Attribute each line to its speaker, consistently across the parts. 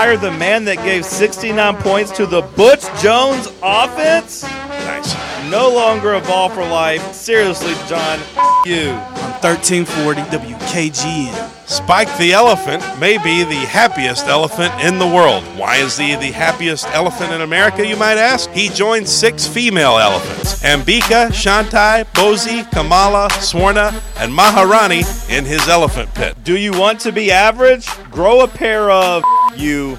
Speaker 1: Fire the man that gave 69 points to the Butch Jones offense?
Speaker 2: Nice.
Speaker 1: No longer a ball for life. Seriously, John, you.
Speaker 3: on 1340 WKGN.
Speaker 2: Spike the elephant may be the happiest elephant in the world. Why is he the happiest elephant in America, you might ask? He joined six female elephants Ambika, Shantai, Bozi, Kamala, Swarna, and Maharani in his elephant pit.
Speaker 1: Do you want to be average? Grow a pair of you.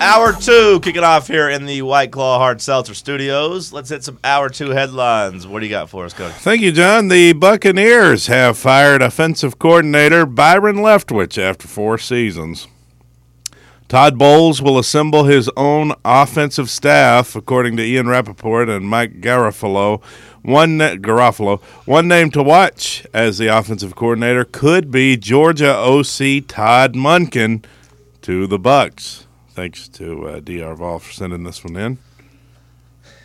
Speaker 1: Hour two, kicking off here in the White Claw Hard Seltzer Studios. Let's hit some hour two headlines. What do you got for us, Coach?
Speaker 2: Thank you, John. The Buccaneers have fired offensive coordinator Byron Leftwich after four seasons. Todd Bowles will assemble his own offensive staff, according to Ian Rappaport and Mike Garofalo. One na- Garofalo, one name to watch as the offensive coordinator could be Georgia OC Todd Munkin to the Bucks. Thanks to uh, Dr. Vol for sending this one in.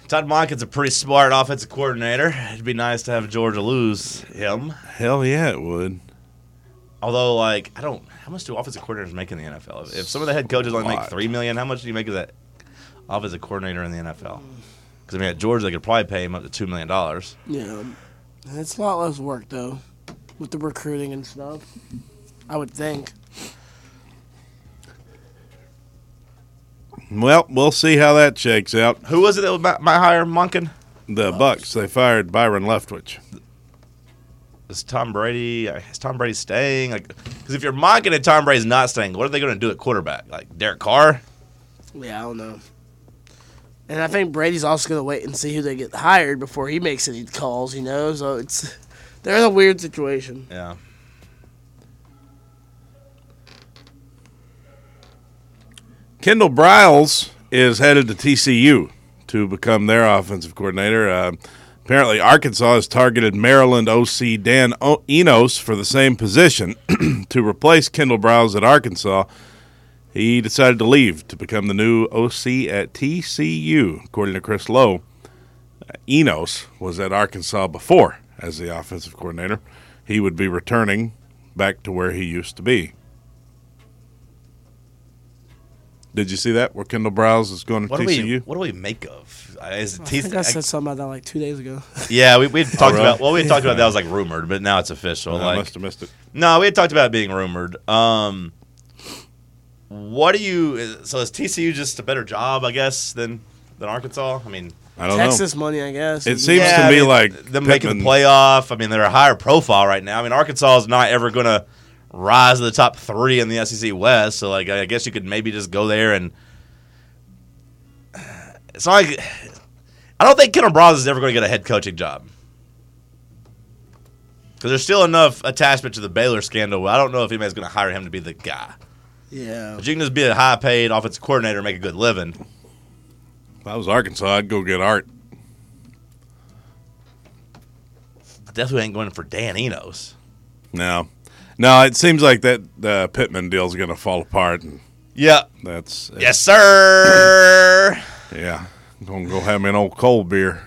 Speaker 1: Todd Monken's a pretty smart offensive coordinator. It'd be nice to have Georgia lose him.
Speaker 2: Hell yeah, it would.
Speaker 1: Although, like, I don't. How much do offensive coordinators make in the NFL? If some of the head coaches only make
Speaker 2: Lot.
Speaker 1: three million, how much do you make as that offensive coordinator in the NFL? Because I mean, at Georgia, they could probably pay him up to two million dollars.
Speaker 4: Yeah. It's a lot less work, though, with the recruiting and stuff. I would think.
Speaker 2: Well, we'll see how that shakes out.
Speaker 1: Who was it that might, might hire Monken?
Speaker 2: The Bucks. They fired Byron Leftwich.
Speaker 1: Is Tom Brady? Is Tom Brady staying? Like, because if you're Monken and Tom Brady's not staying, what are they going to do at quarterback? Like Derek Carr?
Speaker 4: Yeah, I don't know. And I think Brady's also going to wait and see who they get hired before he makes any calls, you know? So it's. They're in a weird situation.
Speaker 1: Yeah.
Speaker 2: Kendall Briles is headed to TCU to become their offensive coordinator. Uh, apparently, Arkansas has targeted Maryland OC Dan o- Enos for the same position to replace Kendall Briles at Arkansas. He decided to leave to become the new OC at TCU, according to Chris Lowe. Enos was at Arkansas before as the offensive coordinator. He would be returning back to where he used to be. Did you see that? Where Kendall Browse is going to
Speaker 1: What do
Speaker 2: TCU?
Speaker 1: we? What do we make of? Uh, Is it
Speaker 4: I think I
Speaker 1: TCU?
Speaker 4: said something about that like two days ago.
Speaker 1: Yeah, we we had talked
Speaker 2: really?
Speaker 1: about. Well, we had talked about that was like rumored, but now it's official.
Speaker 2: I
Speaker 1: like,
Speaker 2: must have missed it.
Speaker 1: No, we had talked about it being rumored. Um, what do you? is- So is TCU just a better job, I guess, than than Arkansas? I mean,
Speaker 2: I don't
Speaker 4: Texas
Speaker 2: know.
Speaker 4: money, I guess.
Speaker 2: It seems
Speaker 1: yeah,
Speaker 2: to
Speaker 1: I
Speaker 2: me
Speaker 1: mean,
Speaker 2: like
Speaker 1: them making the
Speaker 2: Pittman-
Speaker 1: playoff. I mean, they're a higher profile right now. I mean, Arkansas is not ever going to rise to the top three in the SEC West. So, like, I guess you could maybe just go there and. It's not like I don't think Kendall Bros is ever going to get a head coaching job because there's still enough attachment to the Baylor scandal. where I don't know if anybody's going to hire him to be the guy.
Speaker 4: yeah.
Speaker 1: But you can just be a high paid offensive coordinator and make a good living.
Speaker 2: If I was Arkansas, I'd go get Art.
Speaker 1: I definitely ain't going for Dan Enos.
Speaker 2: No, no. It seems like that uh, Pittman deal is going to fall apart, and
Speaker 1: Yeah.
Speaker 2: that's
Speaker 1: Yes, sir.
Speaker 2: Yeah, gonna go have me an old cold beer.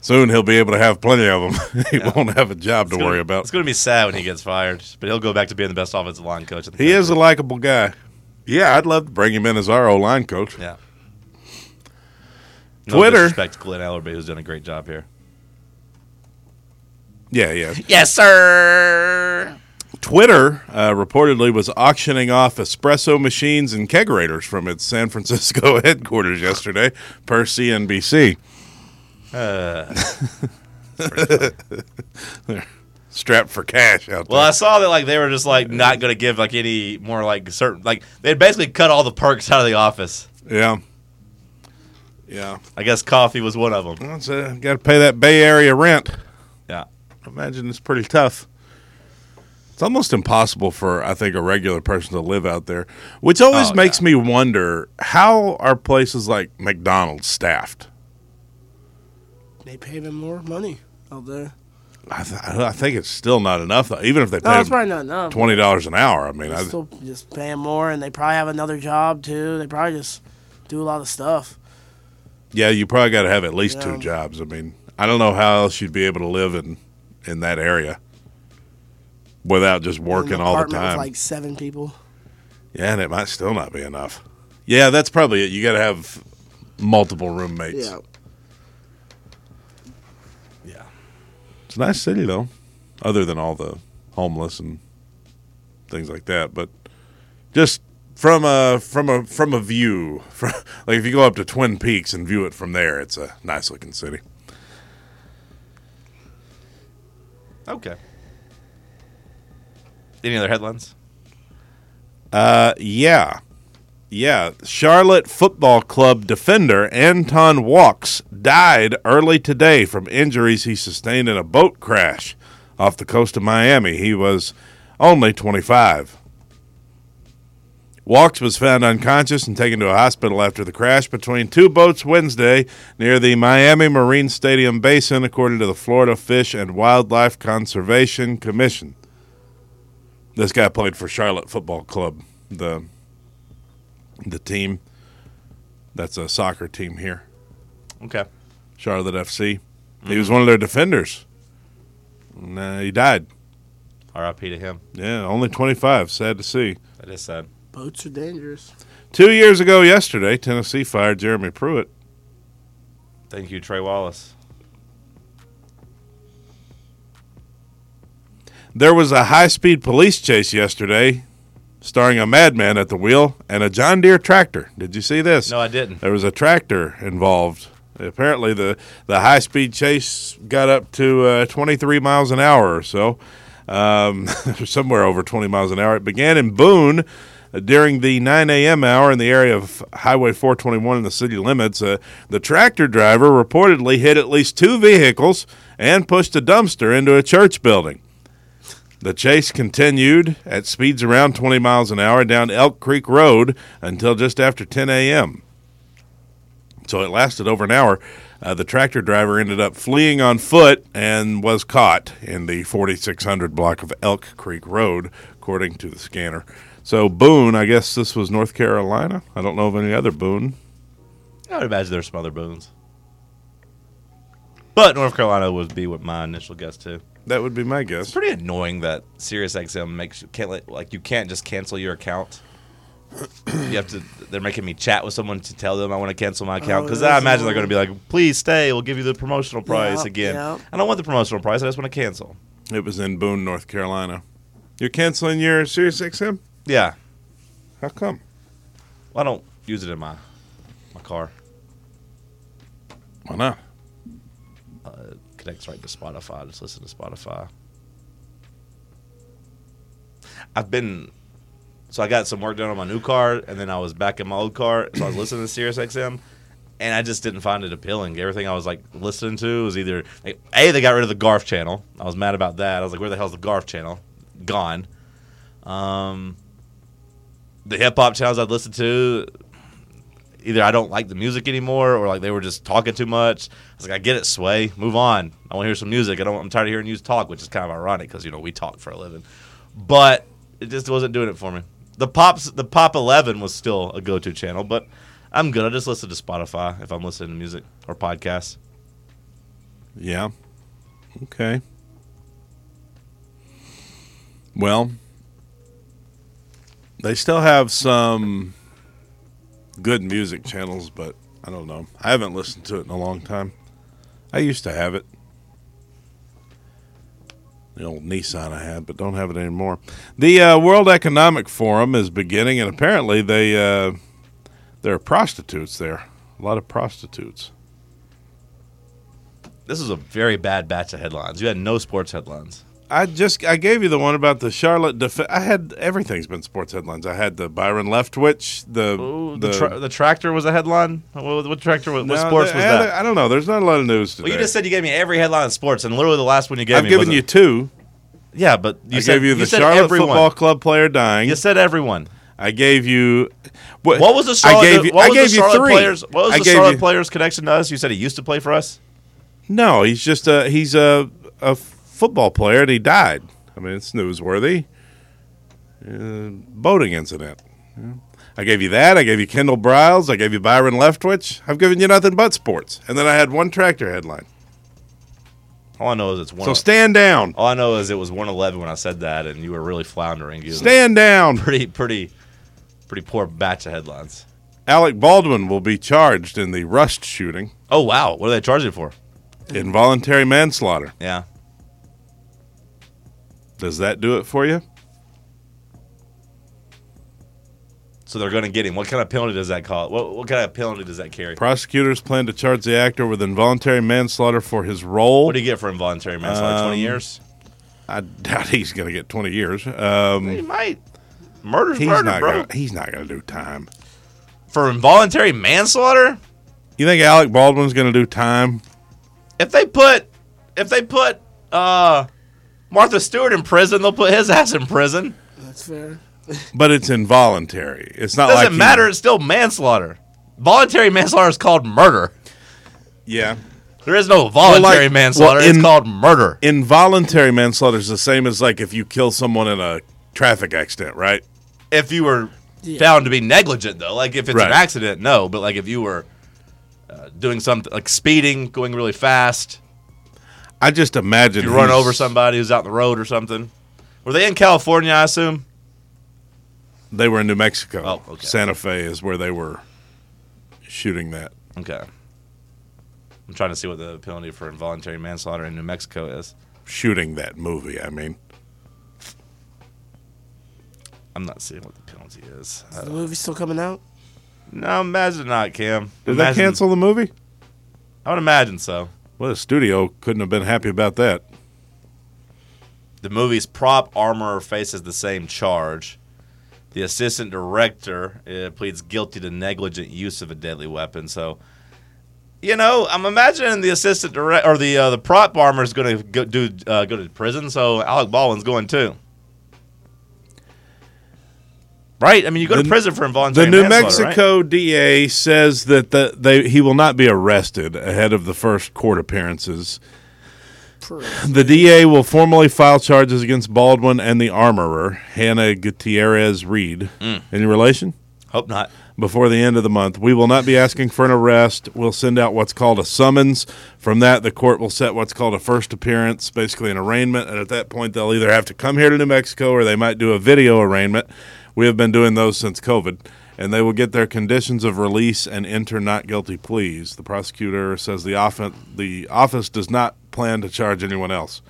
Speaker 2: Soon he'll be able to have plenty of them. he won't have a job to
Speaker 1: It's gonna-
Speaker 2: worry
Speaker 1: It's
Speaker 2: about.
Speaker 1: going to be sad when he gets fired, but he'll go back to being the best offensive line coach. in the
Speaker 2: He is a
Speaker 1: country.
Speaker 2: likable guy. Yeah, I'd love to bring him in as our O line coach.
Speaker 1: Yeah.
Speaker 2: Twitter.
Speaker 1: No disrespect to Glenn Ellerby, who's done a great job here.
Speaker 2: Yeah, yeah.
Speaker 1: Yes, sir.
Speaker 2: Twitter uh, reportedly was auctioning off espresso machines and kegerators from its San Francisco headquarters yesterday, per CNBC.
Speaker 1: Uh,
Speaker 2: They're strapped for cash out
Speaker 1: Well,
Speaker 2: there.
Speaker 1: I saw that like they were just like not going to give like any more like certain like they had basically cut all the perks out of the office.
Speaker 2: yeah, yeah.
Speaker 1: I guess coffee was one of them.
Speaker 2: Well, it's, uh, got to pay that Bay Area rent.
Speaker 1: Yeah.
Speaker 2: I imagine it's pretty tough. It's almost impossible for I think a regular person to live out there, which always
Speaker 1: Oh,
Speaker 2: makes me wonder how are places like McDonald's staffed.
Speaker 4: They pay them more money out there.
Speaker 2: I, th- I think it's still not enough, though. even if they
Speaker 4: No,
Speaker 2: pay
Speaker 4: Oh, it's probably
Speaker 2: them
Speaker 4: not enough.
Speaker 2: twenty dollars an hour. I mean,
Speaker 4: They
Speaker 2: I,
Speaker 4: still just pay 'em more, and they probably have another job too. They probably just do a lot of stuff.
Speaker 2: yeah, you probably got to have at least
Speaker 4: Yeah.
Speaker 2: two jobs. I mean, I don't know how else you'd be able to live in in that area without just working
Speaker 4: An
Speaker 2: all the
Speaker 4: apartment with,
Speaker 2: time.
Speaker 4: like seven people.
Speaker 2: yeah, and it might still not be enough. Yeah, that's probably it. You got to have multiple roommates.
Speaker 4: Yeah.
Speaker 1: Yeah.
Speaker 2: It's a nice city though, other than all the homeless and things like that. But just from a from a from a view, from, like if you go up to Twin Peaks and view it from there, it's a nice looking city.
Speaker 1: Okay. Any other headlines?
Speaker 2: Uh, yeah, yeah. Charlotte Football Club defender Anton Walks died early today from injuries he sustained in a boat crash off the coast of Miami. He was only 25. Walks was found unconscious and taken to a hospital after the crash between two boats Wednesday near the Miami Marine Stadium Basin, according to the Florida Fish and Wildlife Conservation Commission. This guy played for Charlotte Football Club, the the team that's a soccer team here,
Speaker 1: Okay.
Speaker 2: Charlotte FC. He was one of their defenders. And, uh, he died.
Speaker 1: R.I.P. to him.
Speaker 2: Yeah, only 25. Sad to see.
Speaker 1: That is sad.
Speaker 4: Boats are dangerous.
Speaker 2: Two years ago yesterday, Tennessee fired Jeremy Pruitt.
Speaker 1: Thank you, Trey Wallace.
Speaker 2: There was a high speed police chase yesterday starring a madman at the wheel and a John Deere tractor. Did you see this?
Speaker 1: No, I didn't.
Speaker 2: There was a tractor involved. Apparently, the, the high speed chase got up to uh, 23 miles an hour or so, um, somewhere over 20 miles an hour. It began in Boone uh, during the 9 a.m. hour in the area of Highway 421 in the city limits. Uh, the tractor driver reportedly hit at least two vehicles and pushed a dumpster into a church building. The chase continued at speeds around 20 miles an hour down Elk Creek Road until just after 10 a.m. So it lasted over an hour. Uh, the tractor driver ended up fleeing on foot and was caught in the 4600 block of Elk Creek Road, according to the scanner. So Boone, I guess this was North Carolina. I don't know of any other Boone.
Speaker 1: I would imagine there's some other boons. But North Carolina would be what my initial guess too.
Speaker 2: That would be my
Speaker 1: It's
Speaker 2: guess.
Speaker 1: pretty annoying that SiriusXM makes you can't let, like you can't just cancel your account. you have to. They're making me chat with someone to tell them I want to cancel my account
Speaker 4: Oh,
Speaker 1: because
Speaker 4: it
Speaker 1: I
Speaker 4: is
Speaker 1: imagine they're going to
Speaker 4: annoying.
Speaker 1: be like, "Please stay. We'll give you the promotional price
Speaker 4: Yep,
Speaker 1: again."
Speaker 4: yep.
Speaker 1: I don't want the promotional price. I just want to cancel.
Speaker 2: It was in Boone, North Carolina. You're canceling your Sirius XM?
Speaker 1: Yeah,
Speaker 2: How come?
Speaker 1: Well, I don't use it in my my car.
Speaker 2: Why not?
Speaker 1: uh, connects right to Spotify. Just listen to Spotify. I've been so I got some work done on my new car, and then I was back in my old car, so I was listening to Sirius XM, and I just didn't find it appealing. Everything I was like listening to was either like, a they got rid of the Garf channel. I was mad about that. I was like, where the hell's the Garf channel? Gone. Um, the hip hop channels I'd listen to, either I don't like the music anymore or like they were just talking too much. I was like, I get it, Sway. Move on. I want to hear some music. I don't. I'm tired of hearing you talk, which is kind of ironic because you know we talk for a living. But it just wasn't doing it for me. The pops, the Pop Eleven was still a go-to channel, but I'm good. I just listen to Spotify if I'm listening to music or podcasts.
Speaker 2: Yeah. Okay. Well, they still have some good music channels, but I don't know. I haven't listened to it in a long time. I used to have it. The old Nissan I had, but don't have it anymore. The uh, World Economic Forum is beginning, and apparently they uh, there are prostitutes there. A lot of prostitutes.
Speaker 1: This is a very bad batch of headlines. You had no sports headlines.
Speaker 2: I just I gave you the one about the Charlotte. Def- I had everything's been sports headlines. I had the Byron Leftwich, the
Speaker 1: the, tra- the tractor was a headline. What, what tractor? What, what
Speaker 2: No,
Speaker 1: sports
Speaker 2: the-
Speaker 1: was
Speaker 2: I,
Speaker 1: that?
Speaker 2: I don't know. There's not a lot of news today.
Speaker 1: Well, you just said you gave me every headline in sports, and literally the last one you gave
Speaker 2: I've
Speaker 1: me.
Speaker 2: given
Speaker 1: was
Speaker 2: you two.
Speaker 1: Yeah, but you
Speaker 2: I
Speaker 1: said,
Speaker 2: gave you the
Speaker 1: said
Speaker 2: Charlotte
Speaker 1: everyone.
Speaker 2: football club player dying.
Speaker 1: You said everyone.
Speaker 2: I gave you.
Speaker 1: What was the
Speaker 2: I
Speaker 1: Charlotte?
Speaker 2: gave you.
Speaker 1: what
Speaker 2: I
Speaker 1: was
Speaker 2: gave
Speaker 1: the
Speaker 2: you
Speaker 1: Charlotte
Speaker 2: three.
Speaker 1: players? What was
Speaker 2: I
Speaker 1: the
Speaker 2: gave
Speaker 1: Charlotte
Speaker 2: you-
Speaker 1: players' connection to us? You said he used to play for us.
Speaker 2: No, he's just a he's a a football player and he died. I mean, it's newsworthy. Uh, boating incident. Yeah. I gave you that. I gave you Kendall Briles. I gave you Byron Leftwich. I've given you nothing but sports. And then I had one tractor headline.
Speaker 1: All I know is it's one. Oh,
Speaker 2: So stand down.
Speaker 1: all I know is it was 111 when I said that, and you were really floundering. You
Speaker 2: Stand down.
Speaker 1: pretty, pretty, pretty poor batch of headlines.
Speaker 2: Alec Baldwin will be charged in the Rust shooting,
Speaker 1: Oh wow, what are they charging for?
Speaker 2: involuntary manslaughter.
Speaker 1: Yeah,
Speaker 2: Does that do it for you?
Speaker 1: so they're going to get him. What kind of penalty does that call? What, what kind of penalty does that carry?
Speaker 2: Prosecutors plan to charge the actor with involuntary manslaughter for his role.
Speaker 1: What do you get for involuntary manslaughter?
Speaker 2: Um,
Speaker 1: 20 years?
Speaker 2: I doubt he's going to get 20 years. Um,
Speaker 1: might. Murder's
Speaker 2: he's,
Speaker 1: murder,
Speaker 2: not
Speaker 1: bro.
Speaker 2: gonna, he's not going to do time.
Speaker 1: For involuntary manslaughter?
Speaker 2: You think Alec Baldwin's going to do time?
Speaker 1: If they put, if they put uh, Martha Stewart in prison, they'll put his ass in prison.
Speaker 4: That's fair.
Speaker 2: But it's involuntary. It's not
Speaker 1: Doesn't
Speaker 2: like he-
Speaker 1: matter. It's still manslaughter. Voluntary manslaughter is called murder.
Speaker 2: yeah.
Speaker 1: There is no voluntary
Speaker 2: well,
Speaker 1: manslaughter.
Speaker 2: in-
Speaker 1: it's called murder.
Speaker 2: Involuntary manslaughter is the same as like if you kill someone in a traffic accident, right?
Speaker 1: if you were
Speaker 4: Yeah.
Speaker 1: found to be negligent, though, like if it's
Speaker 2: Right.
Speaker 1: an accident, no. But like if you were uh, doing something like speeding, going really fast,
Speaker 2: I just imagine
Speaker 1: you run
Speaker 2: he's-
Speaker 1: over somebody who's out on the road or something. Were they in California? I assume.
Speaker 2: They were in New Mexico.
Speaker 1: Oh, okay.
Speaker 2: Santa Fe is where they were shooting that.
Speaker 1: Okay. I'm trying to see what the penalty for involuntary manslaughter in New Mexico is.
Speaker 2: Shooting that movie, I mean.
Speaker 1: I'm not seeing what the penalty is.
Speaker 4: Is
Speaker 1: Uh,
Speaker 4: the movie still coming out?
Speaker 1: no, imagine not, Cam.
Speaker 2: Did they
Speaker 1: Imagine-
Speaker 2: cancel the movie?
Speaker 1: I would imagine so.
Speaker 2: Well, the studio couldn't have been happy about that.
Speaker 1: The movie's prop armorer faces the same charge. The assistant director uh, pleads guilty to negligent use of a deadly weapon. So, you know, I'm imagining the assistant director or the uh, the prop armorer is going to go do uh, go to prison. So Alec Baldwin's going too. Right? I mean, you go
Speaker 2: The-
Speaker 1: to prison for involuntary
Speaker 2: The New
Speaker 1: manslaughter, right?
Speaker 2: Mexico DA says that the, they, he will not be arrested ahead of the first court appearances. The DA will formally file charges against Baldwin and the armorer, Hannah Gutierrez Reed. Any relation?
Speaker 1: Hope not.
Speaker 2: Before the end of the month, we will not be asking for an arrest. We'll send out what's called a summons. From that, the court will set what's called a first appearance, basically an arraignment. And at that point, they'll either have to come here to New Mexico or they might do a video arraignment. We have been doing those since COVID. And they will get their conditions of release and enter not guilty pleas. The prosecutor says the, offen- the office does not plan to charge anyone else.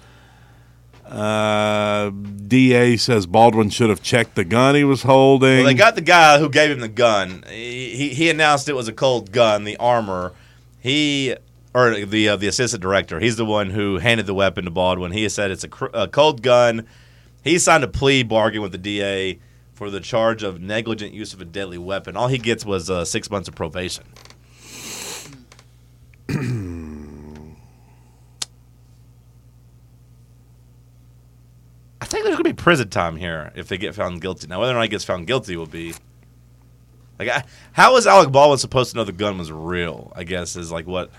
Speaker 2: Uh, DA says Baldwin should have checked the gun he was holding.
Speaker 1: Well, they got the guy who gave him the gun. He, he, he announced it was a cold gun, the armor. He or the uh, the assistant director. He's the one who handed the weapon to Baldwin. He said it's a, cr- a cold gun. He signed a plea bargain with the DA for the charge of negligent use of a deadly weapon. All he gets was uh, six months of probation. I think there's gonna be prison time here if they get found guilty. Now, whether or not he gets found guilty will be like, I, how is Alec Baldwin supposed to know the gun was real? I guess is like what.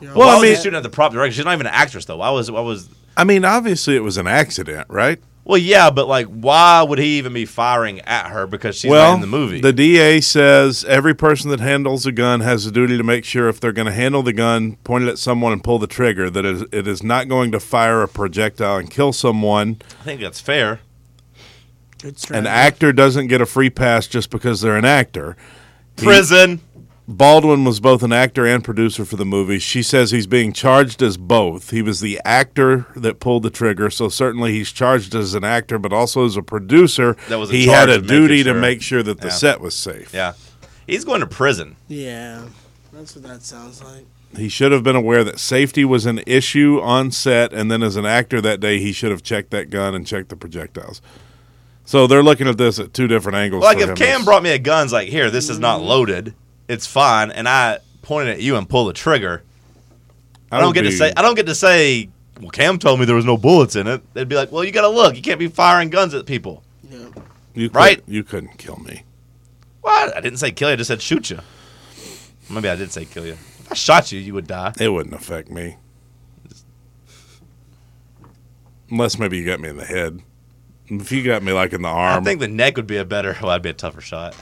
Speaker 4: You know,
Speaker 1: Well,
Speaker 2: Well, I
Speaker 1: I mean,
Speaker 2: mean-
Speaker 1: shooting at the prop director. She's not even an actress though. Why was why was?
Speaker 2: I mean, obviously it was an accident, right?
Speaker 1: Well, yeah, but like, why would he even be firing at her because she's not in the movie?
Speaker 2: The DA says every person that handles a gun has a duty to make sure if they're going to handle the gun, point it at someone and pull the trigger, that it is, it is not going to fire a projectile and kill someone.
Speaker 1: I think that's fair.
Speaker 4: Good
Speaker 2: An
Speaker 4: strategy.
Speaker 2: actor doesn't get a free pass just because they're an actor. He-
Speaker 1: Prison.
Speaker 2: Baldwin was both an actor and producer for the movie. She says he's being charged as both. He was the actor that pulled the trigger, so certainly he's charged as an actor, but also as a producer.
Speaker 1: That was a
Speaker 2: he
Speaker 1: charge
Speaker 2: had a
Speaker 1: of making
Speaker 2: duty to
Speaker 1: sure.
Speaker 2: make sure that the
Speaker 1: Yeah.
Speaker 2: set was safe.
Speaker 1: Yeah, he's going to prison.
Speaker 4: Yeah, that's what that sounds like.
Speaker 2: He should have been aware that safety was an issue on set, and then as an actor that day, he should have checked that gun and checked the projectiles. So they're looking at this at two different angles.
Speaker 1: Like
Speaker 2: for
Speaker 1: if
Speaker 2: him.
Speaker 1: Cam
Speaker 2: It's-
Speaker 1: brought me a gun's like here, this is not loaded, it's fine, and I pointed at you and pull the trigger. I don't
Speaker 2: would
Speaker 1: get to
Speaker 2: be-
Speaker 1: say I don't get to say well Cam told me there was no bullets in it. They'd be like, Well you gotta look, you can't be firing guns at people.
Speaker 4: Yeah.
Speaker 2: you could-
Speaker 1: right?
Speaker 2: You couldn't kill me.
Speaker 1: What? I didn't say kill you, I just said shoot you. Maybe I did say kill you. If I shot you, you would die.
Speaker 2: It wouldn't affect me, unless maybe you got me in the head. If you got me like in the
Speaker 1: I
Speaker 2: arm,
Speaker 1: think the neck would be a better well, that'd be a tougher shot.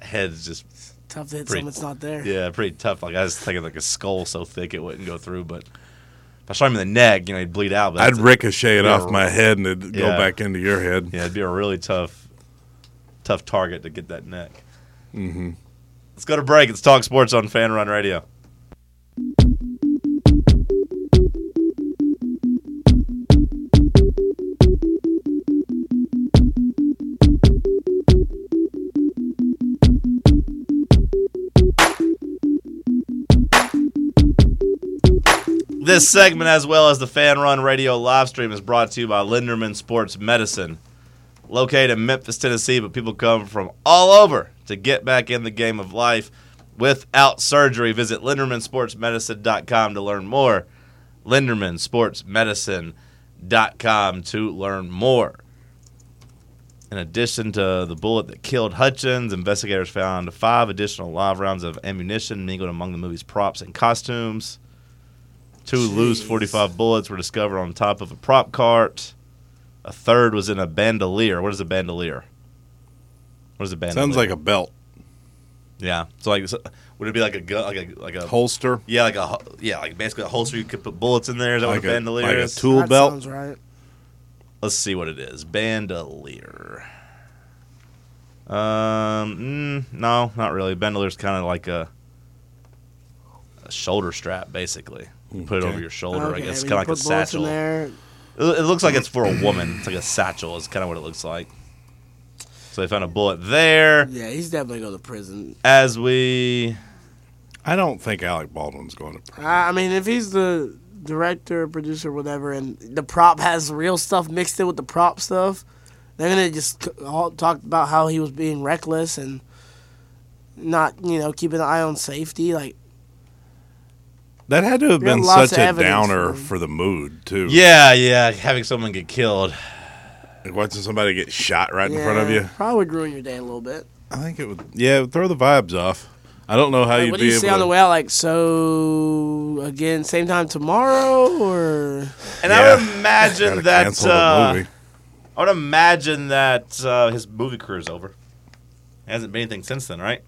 Speaker 1: Head's just
Speaker 4: Tough to hit
Speaker 1: Pretty-
Speaker 4: something that's not there.
Speaker 1: Yeah, pretty tough. Like I was thinking, like a skull so thick it wouldn't go through. But if I shot him in the neck, you know, he'd bleed out. But
Speaker 2: I'd
Speaker 1: that's-
Speaker 2: ricochet it
Speaker 1: Yeah.
Speaker 2: off my head and it'd go
Speaker 1: Yeah.
Speaker 2: back into your head.
Speaker 1: Yeah, it'd be a really tough, tough target to get that neck. Mm-hmm. Let's go to break. It's Talk Sports on Fan Run Radio. This segment, as well as the Fan Run Radio live stream, is brought to you by Linderman Sports Medicine located in Memphis, Tennessee, but people come from all over to get back in the game of life without surgery. Visit LindermanSportsMedicine.com to learn more. LindermanSportsMedicine.com to learn more. In addition to the bullet that killed Hutchins, investigators found five additional live rounds of ammunition mingled among the movie's props and costumes. Two loose
Speaker 4: Jeez.
Speaker 1: 45 bullets were discovered on top of a prop cart. A third was in a bandolier. What is a bandolier? What is a bandolier?
Speaker 2: Sounds like a belt
Speaker 1: yeah. So like, so- would it be like a gun, like a like a
Speaker 2: holster,
Speaker 1: yeah, like a ho- yeah, like basically a holster you could put bullets in there. Is that
Speaker 2: like
Speaker 1: what a
Speaker 2: a,
Speaker 1: bandolier
Speaker 2: like a
Speaker 1: is?
Speaker 2: tool
Speaker 4: that
Speaker 2: belt.
Speaker 4: Sounds right.
Speaker 1: Let's see what it is. Bandolier. Um, mm, no, not really. Bandolier's kind of like a, a shoulder strap, basically. You put it
Speaker 2: Okay.
Speaker 1: over your shoulder. I guess
Speaker 4: Okay, but
Speaker 1: it's
Speaker 4: you
Speaker 1: kind of like a
Speaker 4: put bullets
Speaker 1: satchel.
Speaker 4: In
Speaker 1: It
Speaker 4: there.
Speaker 1: it looks like it's for a woman. It's like a satchel. Is kind of what it looks like. So they found a bullet there.
Speaker 4: Yeah, he's definitely going to prison.
Speaker 1: As we
Speaker 2: I don't think Alec Baldwin's going to.
Speaker 4: I I mean, if he's the director, producer, whatever, and the prop has real stuff mixed in with the prop stuff, they're gonna just c- all talk about how he was being reckless and not, you know, keeping an eye on sefty. Like,
Speaker 2: That had to have
Speaker 4: We got
Speaker 2: been
Speaker 4: lots
Speaker 2: such
Speaker 4: of
Speaker 2: a
Speaker 4: evidence
Speaker 2: downer
Speaker 4: for him.
Speaker 2: for the mood too.
Speaker 1: yeah yeah having someone get killed.
Speaker 2: like watching somebody get shot right in
Speaker 4: yeah,
Speaker 2: front of you.
Speaker 4: probably would ruin your day a little bit.
Speaker 2: I think it would. Yeah, it would throw the vibes off. I don't know how
Speaker 4: Like,
Speaker 2: you'd
Speaker 4: what do
Speaker 2: be
Speaker 4: you
Speaker 2: able.
Speaker 4: say on
Speaker 2: to,
Speaker 4: the way out? Like, so again, same time tomorrow, or
Speaker 1: And
Speaker 2: Yeah.
Speaker 1: I would imagine
Speaker 2: Gotta
Speaker 1: that
Speaker 2: cancel the
Speaker 1: uh,
Speaker 2: movie.
Speaker 1: I would imagine that uh, his movie career's over. hasn't been anything since then, right?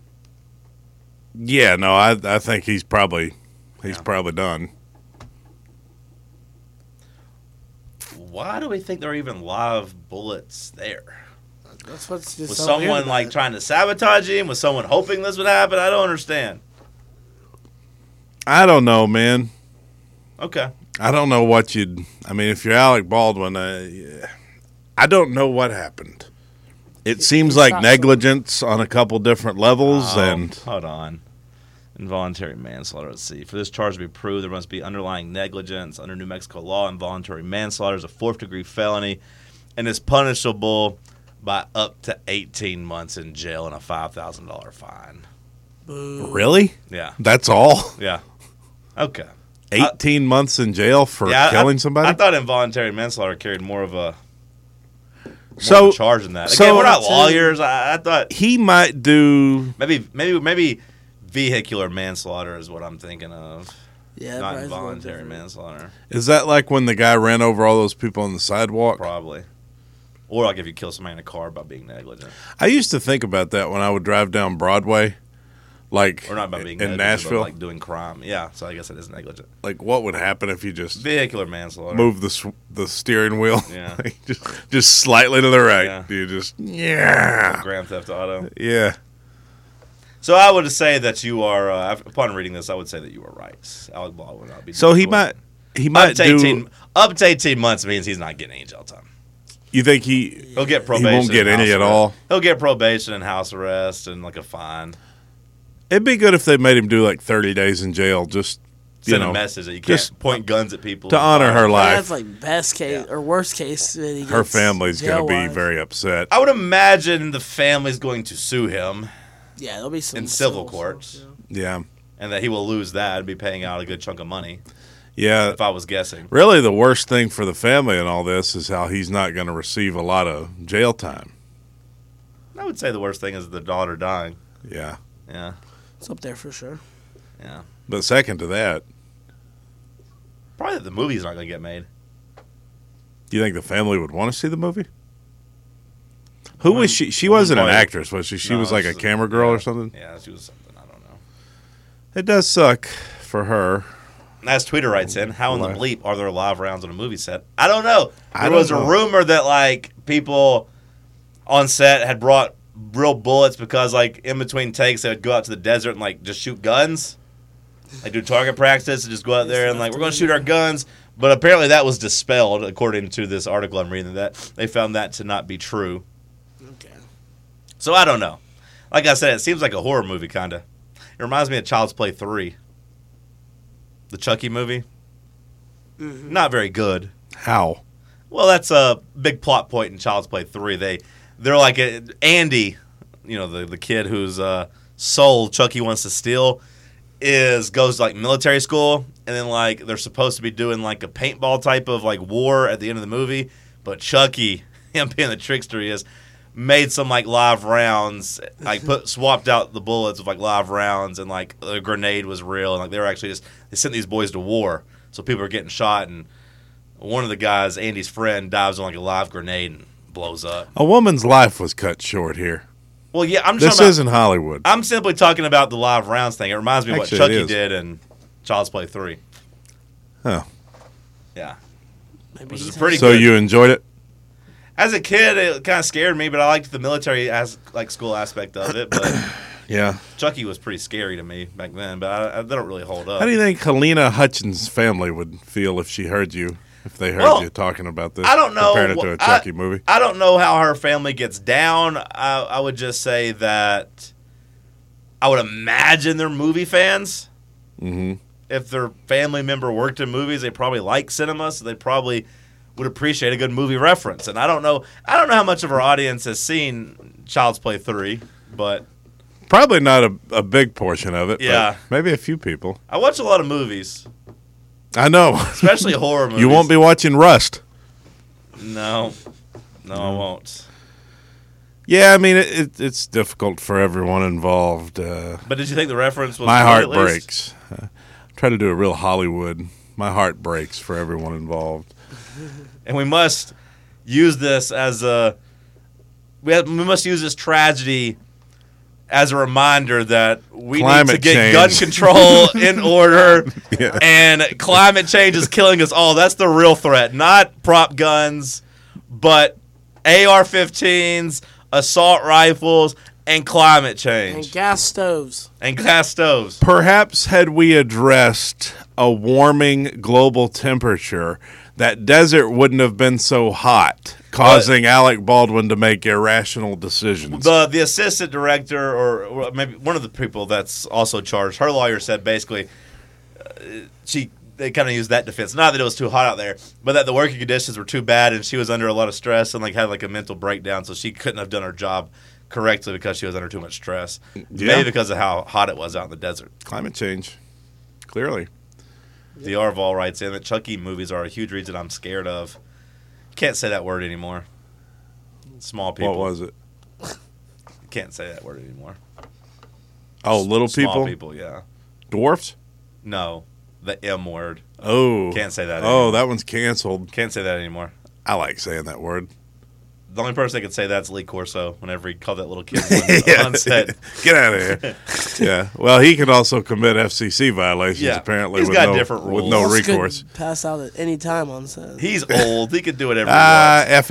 Speaker 2: Yeah, no, I I think he's probably he's
Speaker 1: Yeah.
Speaker 2: probably done.
Speaker 1: Why do we think there are even live bullets there?
Speaker 4: that's what's just
Speaker 1: Was
Speaker 4: so weird
Speaker 1: someone
Speaker 4: about
Speaker 1: like
Speaker 4: it.
Speaker 1: trying to sabotage him? Was someone hoping this would happen? I don't understand.
Speaker 2: I don't know, man.
Speaker 1: Okay,
Speaker 2: I don't know what you'd. I mean, if you're Alec Baldwin, uh, yeah. I don't know what happened. It seems
Speaker 4: it's
Speaker 2: like
Speaker 4: not-
Speaker 2: negligence on a couple different levels,
Speaker 1: Oh,
Speaker 2: and
Speaker 1: hold on. Involuntary manslaughter. Let's see. For this charge to be proved, there must be underlying negligence under New Mexico law. Involuntary manslaughter is a fourth-degree felony, and is punishable by up to 18 months in jail and a $5,000 fine.
Speaker 2: really,
Speaker 1: Yeah,
Speaker 2: that's all.
Speaker 1: yeah. Okay.
Speaker 2: Eighteen months in jail for
Speaker 1: yeah, I-
Speaker 2: killing
Speaker 1: I,
Speaker 2: somebody.
Speaker 1: I thought involuntary manslaughter carried more of a, more of
Speaker 2: so
Speaker 1: a charge than that. Again,
Speaker 2: so-
Speaker 1: we're not lawyers. I, I thought
Speaker 2: he might do.
Speaker 1: maybe maybe maybe vehicular manslaughter is what I'm thinking of,
Speaker 4: yeah,
Speaker 1: not
Speaker 4: probably is a little
Speaker 1: involuntary
Speaker 4: different.
Speaker 1: manslaughter.
Speaker 2: Is that like when the guy ran over all those people on the sidewalk?
Speaker 1: Probably. Or like if you kill somebody in a car by being negligent.
Speaker 2: I used to think about that when I would drive down Broadway, like
Speaker 1: Or not by being
Speaker 2: in
Speaker 1: negligent,
Speaker 2: Nashville.
Speaker 1: But like doing crime. Yeah, so I guess it is negligent.
Speaker 2: like what would happen if you just
Speaker 1: Vehicular manslaughter.
Speaker 2: move the sw- the steering wheel
Speaker 1: Yeah.
Speaker 2: like, just just slightly to the right
Speaker 1: Yeah.
Speaker 2: you just yeah
Speaker 1: Grand Theft Auto.
Speaker 2: yeah
Speaker 1: So I would say that you are, uh, af- upon reading this, I would say that you were right. Alec Baldwin would not be.
Speaker 2: so he
Speaker 1: doing-
Speaker 2: might he
Speaker 1: Up
Speaker 2: might
Speaker 1: to,
Speaker 2: do
Speaker 1: 18, up to 18 months means he's not getting any jail time.
Speaker 2: you think he
Speaker 1: He'll get
Speaker 2: won't
Speaker 1: probation.
Speaker 2: get
Speaker 1: and
Speaker 2: any
Speaker 1: house
Speaker 2: at
Speaker 1: arrest.
Speaker 2: all?
Speaker 1: He'll get probation and house arrest and like a fine.
Speaker 2: it'd be good if they made him do like 30 days in jail just you
Speaker 1: Send
Speaker 2: know,
Speaker 1: a message that you can't
Speaker 2: just
Speaker 1: point guns at people.
Speaker 2: to
Speaker 1: and
Speaker 2: honor
Speaker 1: fire.
Speaker 2: her
Speaker 4: Yeah,
Speaker 2: life
Speaker 4: That's like best case or worst case. That he
Speaker 2: her
Speaker 4: gets
Speaker 2: family's going to be
Speaker 4: jail-wise.
Speaker 2: very upset
Speaker 1: I would imagine the family's going to sue him.
Speaker 4: Yeah, there'll be some
Speaker 1: in civil courts.
Speaker 4: stuff, yeah.
Speaker 2: yeah
Speaker 1: and that he will lose that and be paying out a good chunk of money.
Speaker 2: yeah
Speaker 1: If I was guessing,
Speaker 2: really the worst thing for the family in all this is how he's not going to receive a lot of jail time
Speaker 1: I would say the worst thing is the daughter dying.
Speaker 2: yeah
Speaker 1: Yeah,
Speaker 4: It's up there for sure.
Speaker 1: yeah.
Speaker 2: but second to that
Speaker 1: Probably that the movie's not going to get made.
Speaker 2: Do you think the family would want to see the movie? Who was she? She wasn't an
Speaker 1: One-
Speaker 2: actress, was she? She
Speaker 1: No,
Speaker 2: was like a
Speaker 1: she's a-
Speaker 2: camera girl
Speaker 1: yeah.
Speaker 2: or something.
Speaker 1: Yeah, she was something. I
Speaker 2: It does suck for her.
Speaker 1: As Twitter writes in, how in the bleep are there live rounds on a movie set? I don't know. There
Speaker 2: I don't
Speaker 1: was
Speaker 2: know.
Speaker 1: a rumor that like people on set had brought real bullets because like in between takes they would go out to the desert and like just shoot guns. Like do target practice and just go out there and like we're gonna shoot our guns. But apparently that was dispelled according to this article I'm reading that they found that to not be true.
Speaker 4: Okay.
Speaker 1: So I don't know. Like I said, it seems like a horror movie kinda. It reminds me of Child's Play three. The Chucky movie. Not very good.
Speaker 2: How?
Speaker 1: Well, that's a big plot point in Child's Play three. They they're like a, Andy, you know, the the kid whose uh, soul Chucky wants to steal is goes to like military school and then like they're supposed to be doing like a paintball type of like war at the end of the movie, but Chucky, him being the trickster he is, made some like live rounds, like put swapped out the bullets with like live rounds and like the grenade was real and like they were actually just they sent these boys to war. So people are getting shot and one of the guys, Andy's friend, dives on like a live grenade and blows up.
Speaker 2: A woman's life was cut short here.
Speaker 1: Well, yeah, I'm just
Speaker 2: This
Speaker 1: talking about,
Speaker 2: isn't Hollywood.
Speaker 1: I'm simply talking about the live rounds thing. It reminds me of what
Speaker 2: Actually, it
Speaker 1: Chucky
Speaker 2: is.
Speaker 1: did in Child's Play Three.
Speaker 2: Huh.
Speaker 1: Yeah,
Speaker 4: Maybe
Speaker 1: Which is
Speaker 4: he's
Speaker 1: pretty-
Speaker 2: So
Speaker 1: good.
Speaker 2: you enjoyed it?
Speaker 1: as a kid, it kind of scared me, but I liked the military as like school aspect of it. But
Speaker 2: Yeah.
Speaker 1: Chucky was pretty scary to me back then. But I, I, they don't really hold up.
Speaker 2: How do you think Helena Hutchins' family would feel if she heard you, if they heard
Speaker 1: Well,
Speaker 2: you talking about this?
Speaker 1: I don't know.
Speaker 2: Compared it
Speaker 1: wh-
Speaker 2: to a
Speaker 1: I-
Speaker 2: Chucky movie.
Speaker 1: I don't know how her family gets down. I, I would just say that I would imagine they're movie fans.
Speaker 2: Mm-hmm.
Speaker 1: if their family member worked in movies, they probably like cinema, so they probably would appreciate a good movie reference. And I don't know, I don't know how much of our audience has seen Child's Play three, but
Speaker 2: Probably not a, a big portion of it. but
Speaker 1: Yeah.
Speaker 2: maybe a few people.
Speaker 1: I watch a lot of movies,
Speaker 2: I know.
Speaker 1: especially horror movies.
Speaker 2: you won't be watching Rust.
Speaker 1: no, no, I
Speaker 2: Mm.
Speaker 1: won't.
Speaker 2: Yeah, I mean, it, it, it's difficult for everyone involved. Uh,
Speaker 1: But did you think the reference was
Speaker 2: my
Speaker 1: good,
Speaker 2: heart
Speaker 1: at least?
Speaker 2: breaks. Uh, try to do a real Hollywood. My heart breaks for everyone involved.
Speaker 1: and we must use this as a we, have, we must use this tragedy as a reminder that we need to
Speaker 2: Climate
Speaker 1: get
Speaker 2: change.
Speaker 1: gun control in order
Speaker 2: Yeah.
Speaker 1: and climate change is killing us all that's the real threat not prop guns but AR15s assault rifles and climate
Speaker 4: And
Speaker 1: change
Speaker 4: gas stoves.
Speaker 1: and gas stoves
Speaker 2: Perhaps had we addressed a warming global temperature, that desert wouldn't have been so hot, causing Alec Baldwin to make irrational decisions.
Speaker 1: the the assistant director or, or maybe one of the people that's also charged her lawyer said basically uh, she they kind of used that defense not that it was too hot out there but that the working conditions were too bad and she was under a lot of stress and like had like a mental breakdown so she couldn't have done her job correctly because she was under too much stress
Speaker 2: Yeah.
Speaker 1: maybe because of how hot it was out in the desert
Speaker 2: Climate change, clearly.
Speaker 1: the arval writes in that chucky movies are a huge reason i'm scared of can't say that word anymore small people
Speaker 2: What was it?
Speaker 1: can't say that word anymore
Speaker 2: Oh, little
Speaker 1: small
Speaker 2: people?
Speaker 1: people yeah
Speaker 2: Dwarfs?
Speaker 1: No, the M word.
Speaker 2: Oh.
Speaker 1: Can't say that.
Speaker 2: Oh, that one's canceled.
Speaker 1: Can't say that anymore.
Speaker 2: I like saying that word.
Speaker 1: The only person that could say that's Lee Corso. Whenever he called that little kid on- on set,
Speaker 2: Get out of here. yeah. Well, he could also commit FCC violations,
Speaker 1: Yeah.
Speaker 2: apparently,
Speaker 1: He's
Speaker 2: with,
Speaker 1: got
Speaker 2: no,
Speaker 1: different
Speaker 2: with
Speaker 1: rules.
Speaker 2: no
Speaker 4: Plus could
Speaker 2: recourse.
Speaker 4: Pass out at any time on set.
Speaker 1: he's old. He could do whatever. he
Speaker 2: Ah,
Speaker 1: wants.
Speaker 2: F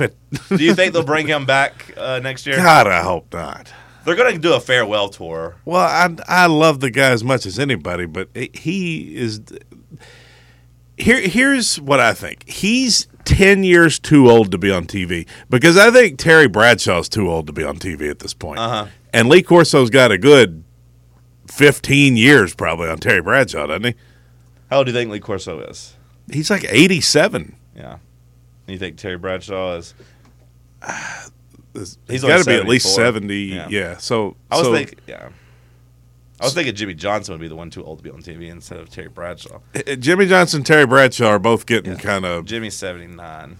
Speaker 2: it.
Speaker 1: Do you think they'll bring him back uh, next year?
Speaker 2: God, I hope not.
Speaker 1: They're going to do a farewell tour.
Speaker 2: Well, I I love the guy as much as anybody, but he is. Here, here's what I think. He's ten years too old to be on TV because I think Terry Bradshaw's too old to be on TV at this point,
Speaker 1: Uh-huh.
Speaker 2: and Lee Corso's got a good fifteen years probably on Terry Bradshaw, doesn't he?
Speaker 1: How old do you think Lee Corso is?
Speaker 2: He's like eighty-seven.
Speaker 1: Yeah. And you think Terry Bradshaw is?
Speaker 2: He's
Speaker 1: He's
Speaker 2: got to
Speaker 1: like
Speaker 2: be at least
Speaker 1: 74.
Speaker 2: seventy.
Speaker 1: Yeah.
Speaker 2: Yeah. So
Speaker 1: I was
Speaker 2: so-
Speaker 1: think. Yeah. I was thinking Jimmy Johnson would be the one too old to be on TV instead of Terry Bradshaw.
Speaker 2: uh, Jimmy Johnson, Terry Bradshaw are both getting
Speaker 1: Yeah.
Speaker 2: kind of
Speaker 1: Jimmy's seventy nine.